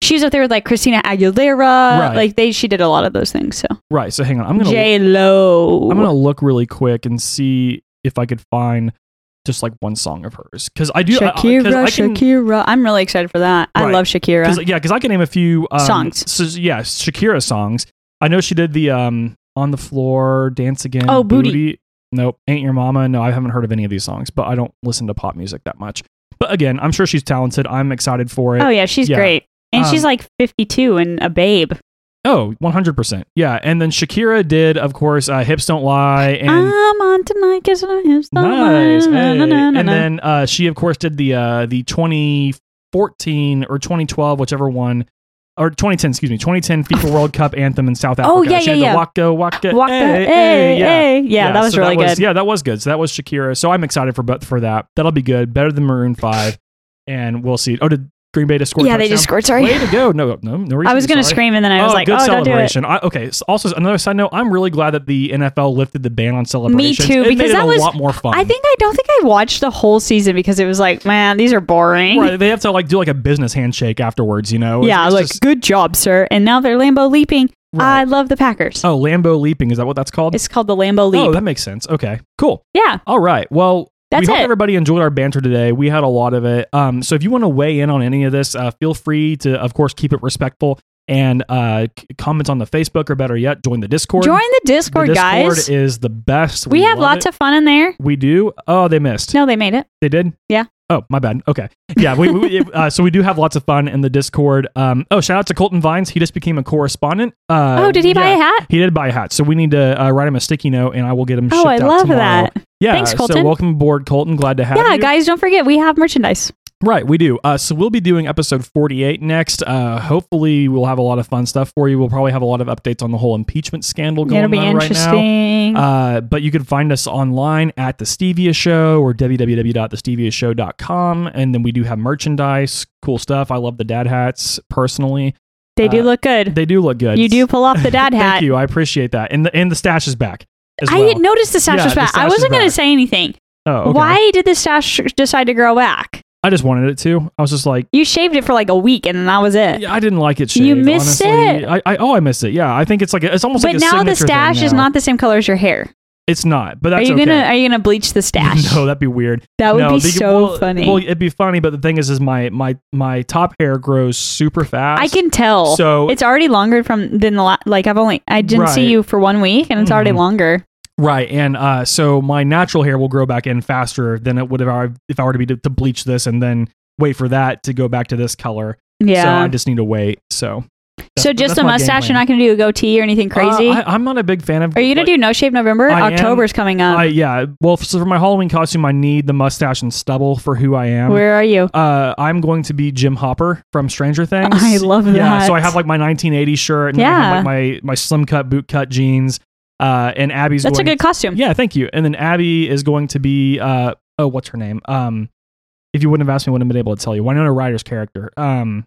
[SPEAKER 3] she was up there with like Christina Aguilera.
[SPEAKER 2] Right.
[SPEAKER 3] Like they, she did a lot of those things. So
[SPEAKER 2] right. So hang on, I'm gonna
[SPEAKER 3] J Lo.
[SPEAKER 2] I'm gonna look really quick and see if I could find just like one song of hers because I do. I- I, 'cause
[SPEAKER 3] Shakira,
[SPEAKER 2] I can,
[SPEAKER 3] Shakira. I'm really excited for that. I
[SPEAKER 2] Right.
[SPEAKER 3] love Shakira.
[SPEAKER 2] Cause, yeah, because I can name a few um,
[SPEAKER 3] Songs.
[SPEAKER 2] So, yeah, Shakira songs. I know she did the um, "On the Floor," "Dance Again."
[SPEAKER 3] Oh, Booty.
[SPEAKER 2] Nope, "Ain't Your Mama." No, I haven't heard of any of these songs, but I don't listen to pop music that much. But again, I'm sure she's talented. I'm excited for it.
[SPEAKER 3] Oh yeah, she's
[SPEAKER 2] Yeah.
[SPEAKER 3] great. And she's
[SPEAKER 2] Um,
[SPEAKER 3] like 52 and a babe.
[SPEAKER 2] Oh, 100%. Yeah, and then Shakira did, of course, uh, "Hips Don't Lie" and.
[SPEAKER 3] I'm on tonight, guess what I have so
[SPEAKER 2] Nice.
[SPEAKER 3] much. Ah, Na,
[SPEAKER 2] hey.
[SPEAKER 3] na, na, na,
[SPEAKER 2] And
[SPEAKER 3] na.
[SPEAKER 2] then uh, she, of course, did the uh, the 2014 or 2012, whichever one, or 2010, excuse me, 2010 FIFA World Cup anthem in South Africa.
[SPEAKER 3] Oh, yeah,
[SPEAKER 2] she
[SPEAKER 3] yeah,
[SPEAKER 2] did
[SPEAKER 3] yeah.
[SPEAKER 2] The waka waka.
[SPEAKER 3] Walk the-
[SPEAKER 2] eh,
[SPEAKER 3] hey,
[SPEAKER 2] eh, yeah.
[SPEAKER 3] hey. Yeah, that was
[SPEAKER 2] so
[SPEAKER 3] really good.
[SPEAKER 2] Yeah, that was good. So that was Shakira. So I'm excited for but for that. That'll be good. Better than Maroon Five, and we'll see. Oh, did Green Bay just score? a
[SPEAKER 3] Yeah, they
[SPEAKER 2] touchdown?
[SPEAKER 3] just scored. Sorry.
[SPEAKER 2] Way to go! No, no, no reason.
[SPEAKER 3] I was
[SPEAKER 2] to be
[SPEAKER 3] gonna
[SPEAKER 2] sorry.
[SPEAKER 3] scream and then I was
[SPEAKER 2] oh,
[SPEAKER 3] like,
[SPEAKER 2] good
[SPEAKER 3] oh, don't do it.
[SPEAKER 2] celebration. I, okay. So also, another side note. I'm really glad that the NFL lifted the ban on celebrations.
[SPEAKER 3] too,
[SPEAKER 2] It
[SPEAKER 3] because
[SPEAKER 2] made it
[SPEAKER 3] that
[SPEAKER 2] a
[SPEAKER 3] was-
[SPEAKER 2] lot more fun.
[SPEAKER 3] I think I don't think I watched the whole season because it was like, man, these are boring.
[SPEAKER 2] Right, they have to like do like a business handshake afterwards, you know? It's-
[SPEAKER 3] Yeah,
[SPEAKER 2] it's
[SPEAKER 3] like
[SPEAKER 2] just-
[SPEAKER 3] good job, sir. And now they're Lambo leaping.
[SPEAKER 2] Right.
[SPEAKER 3] I love the Packers.
[SPEAKER 2] oh, Lambo leaping is that what that's called?
[SPEAKER 3] It's called the Lambo leap.
[SPEAKER 2] Oh, that makes sense. Okay, cool.
[SPEAKER 3] yeah,
[SPEAKER 2] All right. Well, we
[SPEAKER 3] That's
[SPEAKER 2] hope
[SPEAKER 3] it.
[SPEAKER 2] everybody enjoyed our banter today. We had a lot of it. Um, so if you want to weigh in on any of this, uh, feel free to, of course, keep it respectful and uh, c- comment on the Facebook or better yet, join the Discord.
[SPEAKER 3] join the
[SPEAKER 2] the
[SPEAKER 3] Discord,
[SPEAKER 2] Discord
[SPEAKER 3] guys.
[SPEAKER 2] is the best.
[SPEAKER 3] we have lots of fun in there.
[SPEAKER 2] We do. Oh, they missed.
[SPEAKER 3] No, they made it.
[SPEAKER 2] They did?
[SPEAKER 3] Yeah.
[SPEAKER 2] Oh, my bad. Okay. Yeah. We, we, it- uh, so we do have lots of fun in the Discord. Um, oh, shout out to Colton Vines. He just became a correspondent. Uh,
[SPEAKER 3] oh, did he buy
[SPEAKER 2] yeah,
[SPEAKER 3] a hat?
[SPEAKER 2] He did buy a hat. So we need to uh, write him a sticky note and I will get him
[SPEAKER 3] Oh,
[SPEAKER 2] shipped
[SPEAKER 3] I
[SPEAKER 2] out
[SPEAKER 3] love
[SPEAKER 2] tomorrow.
[SPEAKER 3] that.
[SPEAKER 2] Yeah.
[SPEAKER 3] Thanks,
[SPEAKER 2] so
[SPEAKER 3] Colton.
[SPEAKER 2] welcome aboard, Colton. Glad to have
[SPEAKER 3] Yeah,
[SPEAKER 2] you.
[SPEAKER 3] guys, don't forget we have merchandise.
[SPEAKER 2] Right, we do. Uh, so we'll be doing episode 48 next. Uh, hopefully, we'll have a lot of fun stuff for you. We'll probably have a lot of updates on the whole impeachment scandal going
[SPEAKER 3] It'll be
[SPEAKER 2] on right now.
[SPEAKER 3] interesting.
[SPEAKER 2] Uh, but you can find us online at The Stevia Show or www.thesteviashow.com. And then we do have merchandise, cool stuff. I love the dad hats personally.
[SPEAKER 3] they do
[SPEAKER 2] uh,
[SPEAKER 3] look good.
[SPEAKER 2] They do look good.
[SPEAKER 3] you do pull off the dad
[SPEAKER 2] Thank
[SPEAKER 3] hat.
[SPEAKER 2] you. I appreciate that. And the, and the stash is back. As
[SPEAKER 3] I
[SPEAKER 2] well.
[SPEAKER 3] didn't notice the stash
[SPEAKER 2] Yeah,
[SPEAKER 3] was
[SPEAKER 2] the
[SPEAKER 3] back. I
[SPEAKER 2] stash is
[SPEAKER 3] wasn't going to
[SPEAKER 2] back.
[SPEAKER 3] say anything.
[SPEAKER 2] Oh, okay.
[SPEAKER 3] Why did the stash decide to grow back?
[SPEAKER 2] I just wanted it to. I was just like,
[SPEAKER 3] You shaved it for like a week and then that was it.
[SPEAKER 2] yeah, I didn't like it. Shaved,
[SPEAKER 3] You missed
[SPEAKER 2] honestly.
[SPEAKER 3] it.
[SPEAKER 2] I, I oh, I missed it. Yeah, I think it's like a, it's almost.
[SPEAKER 3] but
[SPEAKER 2] like a
[SPEAKER 3] now the
[SPEAKER 2] signature thing
[SPEAKER 3] stash is
[SPEAKER 2] now.
[SPEAKER 3] not the same color as your hair.
[SPEAKER 2] It's not. But that's
[SPEAKER 3] are you
[SPEAKER 2] okay.
[SPEAKER 3] gonna are you gonna bleach the stash?
[SPEAKER 2] no, that'd be weird.
[SPEAKER 3] that would
[SPEAKER 2] No,
[SPEAKER 3] be
[SPEAKER 2] they-
[SPEAKER 3] so
[SPEAKER 2] well,
[SPEAKER 3] funny.
[SPEAKER 2] Well, it'd be funny, but the thing is, is my my my top hair grows super fast.
[SPEAKER 3] I can tell.
[SPEAKER 2] So
[SPEAKER 3] it's already longer from than the la- like I've only I didn't
[SPEAKER 2] Right.
[SPEAKER 3] see you for one week and it's already
[SPEAKER 2] Mhm.
[SPEAKER 3] longer.
[SPEAKER 2] right, and uh, so my natural hair will grow back in faster than it would if I if I were to be to, to bleach this and then wait for that to go back to this color. So
[SPEAKER 3] Yeah.
[SPEAKER 2] I just need to wait. So.
[SPEAKER 3] So,
[SPEAKER 2] that's-
[SPEAKER 3] just
[SPEAKER 2] that's my
[SPEAKER 3] a
[SPEAKER 2] game
[SPEAKER 3] mustache. You're
[SPEAKER 2] plan.
[SPEAKER 3] not gonna do a goatee or anything crazy.
[SPEAKER 2] Uh, I, I'm not a big fan of.
[SPEAKER 3] are you gonna uh,
[SPEAKER 2] like,
[SPEAKER 3] do no shave November?
[SPEAKER 2] I am.
[SPEAKER 3] October's coming up.
[SPEAKER 2] I, yeah. Well, so for my Halloween costume, I need the mustache and stubble for who I am.
[SPEAKER 3] Where are you?
[SPEAKER 2] uh, I'm going to be Jim Hopper from Stranger Things.
[SPEAKER 3] I love
[SPEAKER 2] Yeah,
[SPEAKER 3] that.
[SPEAKER 2] so I have like my 1980 shirt and then I have, like, my my slim cut boot cut jeans. Uh, and Abby's
[SPEAKER 3] That's a
[SPEAKER 2] going
[SPEAKER 3] good costume.
[SPEAKER 2] yeah, thank you. And then Abby is going to be uh oh, what's her name? Um, if you wouldn't have asked me, I wouldn't have been able to tell you. Winona Ryder's character. Um,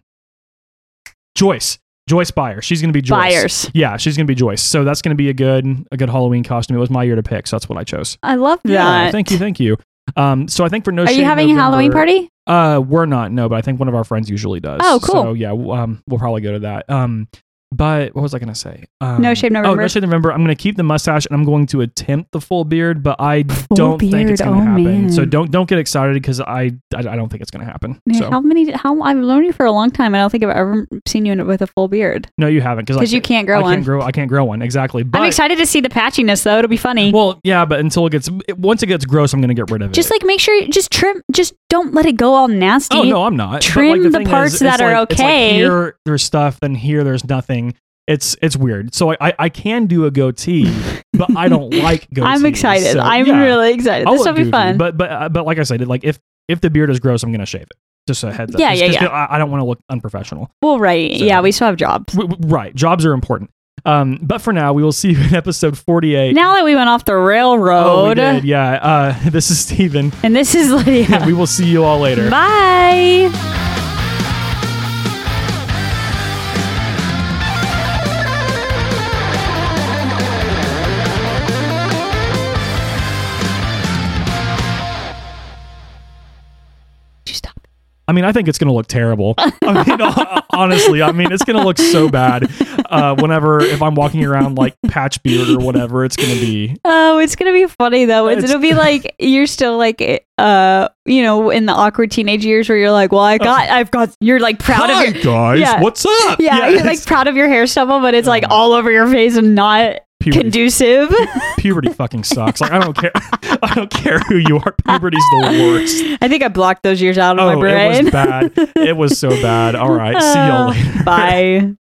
[SPEAKER 2] Joyce. Joyce Byers. She's going to be Joyce.
[SPEAKER 3] Byers.
[SPEAKER 2] Yeah, she's going to be Joyce. So that's going to be a good a good Halloween costume. It was my year to pick, so that's what I chose.
[SPEAKER 3] I love that.
[SPEAKER 2] Yeah, thank you, thank you. Um, so I think for no,
[SPEAKER 3] Are you
[SPEAKER 2] Shave
[SPEAKER 3] having a Halloween
[SPEAKER 2] November-
[SPEAKER 3] party?
[SPEAKER 2] uh, we're not. No, but I think one of our friends usually does.
[SPEAKER 3] Oh, cool.
[SPEAKER 2] So yeah, w- um, we'll probably go to that. Um, but what was I gonna say? Um,
[SPEAKER 3] No Shave
[SPEAKER 2] Oh,
[SPEAKER 3] November.
[SPEAKER 2] no shave November. I'm gonna keep the mustache and I'm going to attempt the full beard, but I don't think it's
[SPEAKER 3] beard,
[SPEAKER 2] gonna
[SPEAKER 3] oh,
[SPEAKER 2] happen.
[SPEAKER 3] man.
[SPEAKER 2] So don't don't get excited because I, I I don't think it's gonna happen.
[SPEAKER 3] Man,
[SPEAKER 2] So
[SPEAKER 3] How many? How I've known you for a long time. I don't think I've ever seen you in- with a full beard
[SPEAKER 2] no, you haven't because
[SPEAKER 3] because you can't grow
[SPEAKER 2] I
[SPEAKER 3] one.
[SPEAKER 2] can't grow. I can't grow one exactly. But
[SPEAKER 3] I'm excited to see the patchiness though. It'll be funny.
[SPEAKER 2] well, yeah, but until it gets it- once it gets gross, I'm gonna get rid of it.
[SPEAKER 3] just like make sure, just trim, just don't let it go all nasty.
[SPEAKER 2] oh no, I'm not. But, like,
[SPEAKER 3] trim the
[SPEAKER 2] thing is,
[SPEAKER 3] parts
[SPEAKER 2] it's
[SPEAKER 3] that are
[SPEAKER 2] like- it's like
[SPEAKER 3] okay.
[SPEAKER 2] here there's stuff, and here there's nothing. It's it's weird. So I I, I can do a goatee, but I don't like goatees.
[SPEAKER 3] I'm excited.
[SPEAKER 2] So,
[SPEAKER 3] I'm
[SPEAKER 2] yeah,
[SPEAKER 3] really excited.
[SPEAKER 2] I'll
[SPEAKER 3] this will
[SPEAKER 2] look
[SPEAKER 3] be
[SPEAKER 2] goofy.
[SPEAKER 3] fun.
[SPEAKER 2] But but uh, but like I said, it- like if if the beard is gross, I'm gonna shave it. Just a heads up.
[SPEAKER 3] Yeah,
[SPEAKER 2] Just
[SPEAKER 3] yeah,
[SPEAKER 2] 'cause
[SPEAKER 3] yeah.
[SPEAKER 2] I, I don't want to look unprofessional.
[SPEAKER 3] well, right.
[SPEAKER 2] So-
[SPEAKER 3] Yeah, we still have jobs.
[SPEAKER 2] W- w- right. Jobs are important. Um, but for now, we will see you in episode 48.
[SPEAKER 3] Now that we went off the
[SPEAKER 2] oh, we
[SPEAKER 3] railroad,
[SPEAKER 2] did. Yeah. Uh, this is Steven.
[SPEAKER 3] and this is
[SPEAKER 2] And
[SPEAKER 3] Lydia.
[SPEAKER 2] we will see you all later.
[SPEAKER 3] Bye. Did you stop?
[SPEAKER 2] I mean, I think it's going to look terrible. I mean, hon- honestly, I mean, it's going to look so bad. Uh, whenever if I'm walking around like patch beard or whatever, it's going to be.
[SPEAKER 3] Oh, it's gonna be funny though. It's,
[SPEAKER 2] It's-
[SPEAKER 3] it'll be like you're still like, uh, you know, in the awkward teenage years where you're like, well, I got, I've got, you're like proud
[SPEAKER 2] Oh. Hi
[SPEAKER 3] of your,
[SPEAKER 2] guys,
[SPEAKER 3] yeah.
[SPEAKER 2] what's up?
[SPEAKER 3] yeah, you're
[SPEAKER 2] it's
[SPEAKER 3] like proud of your hairstyle, but it's like
[SPEAKER 2] Oh.
[SPEAKER 3] all over your face and not
[SPEAKER 2] puberty,
[SPEAKER 3] conducive.
[SPEAKER 2] puberty fucking sucks. Like I don't care. I don't care who you are. Puberty's the worst.
[SPEAKER 3] I think I blocked those years out of my
[SPEAKER 2] Oh,
[SPEAKER 3] brain.
[SPEAKER 2] it was bad. It was so bad. All right, see y'all
[SPEAKER 3] Uh,
[SPEAKER 2] later.
[SPEAKER 3] Bye.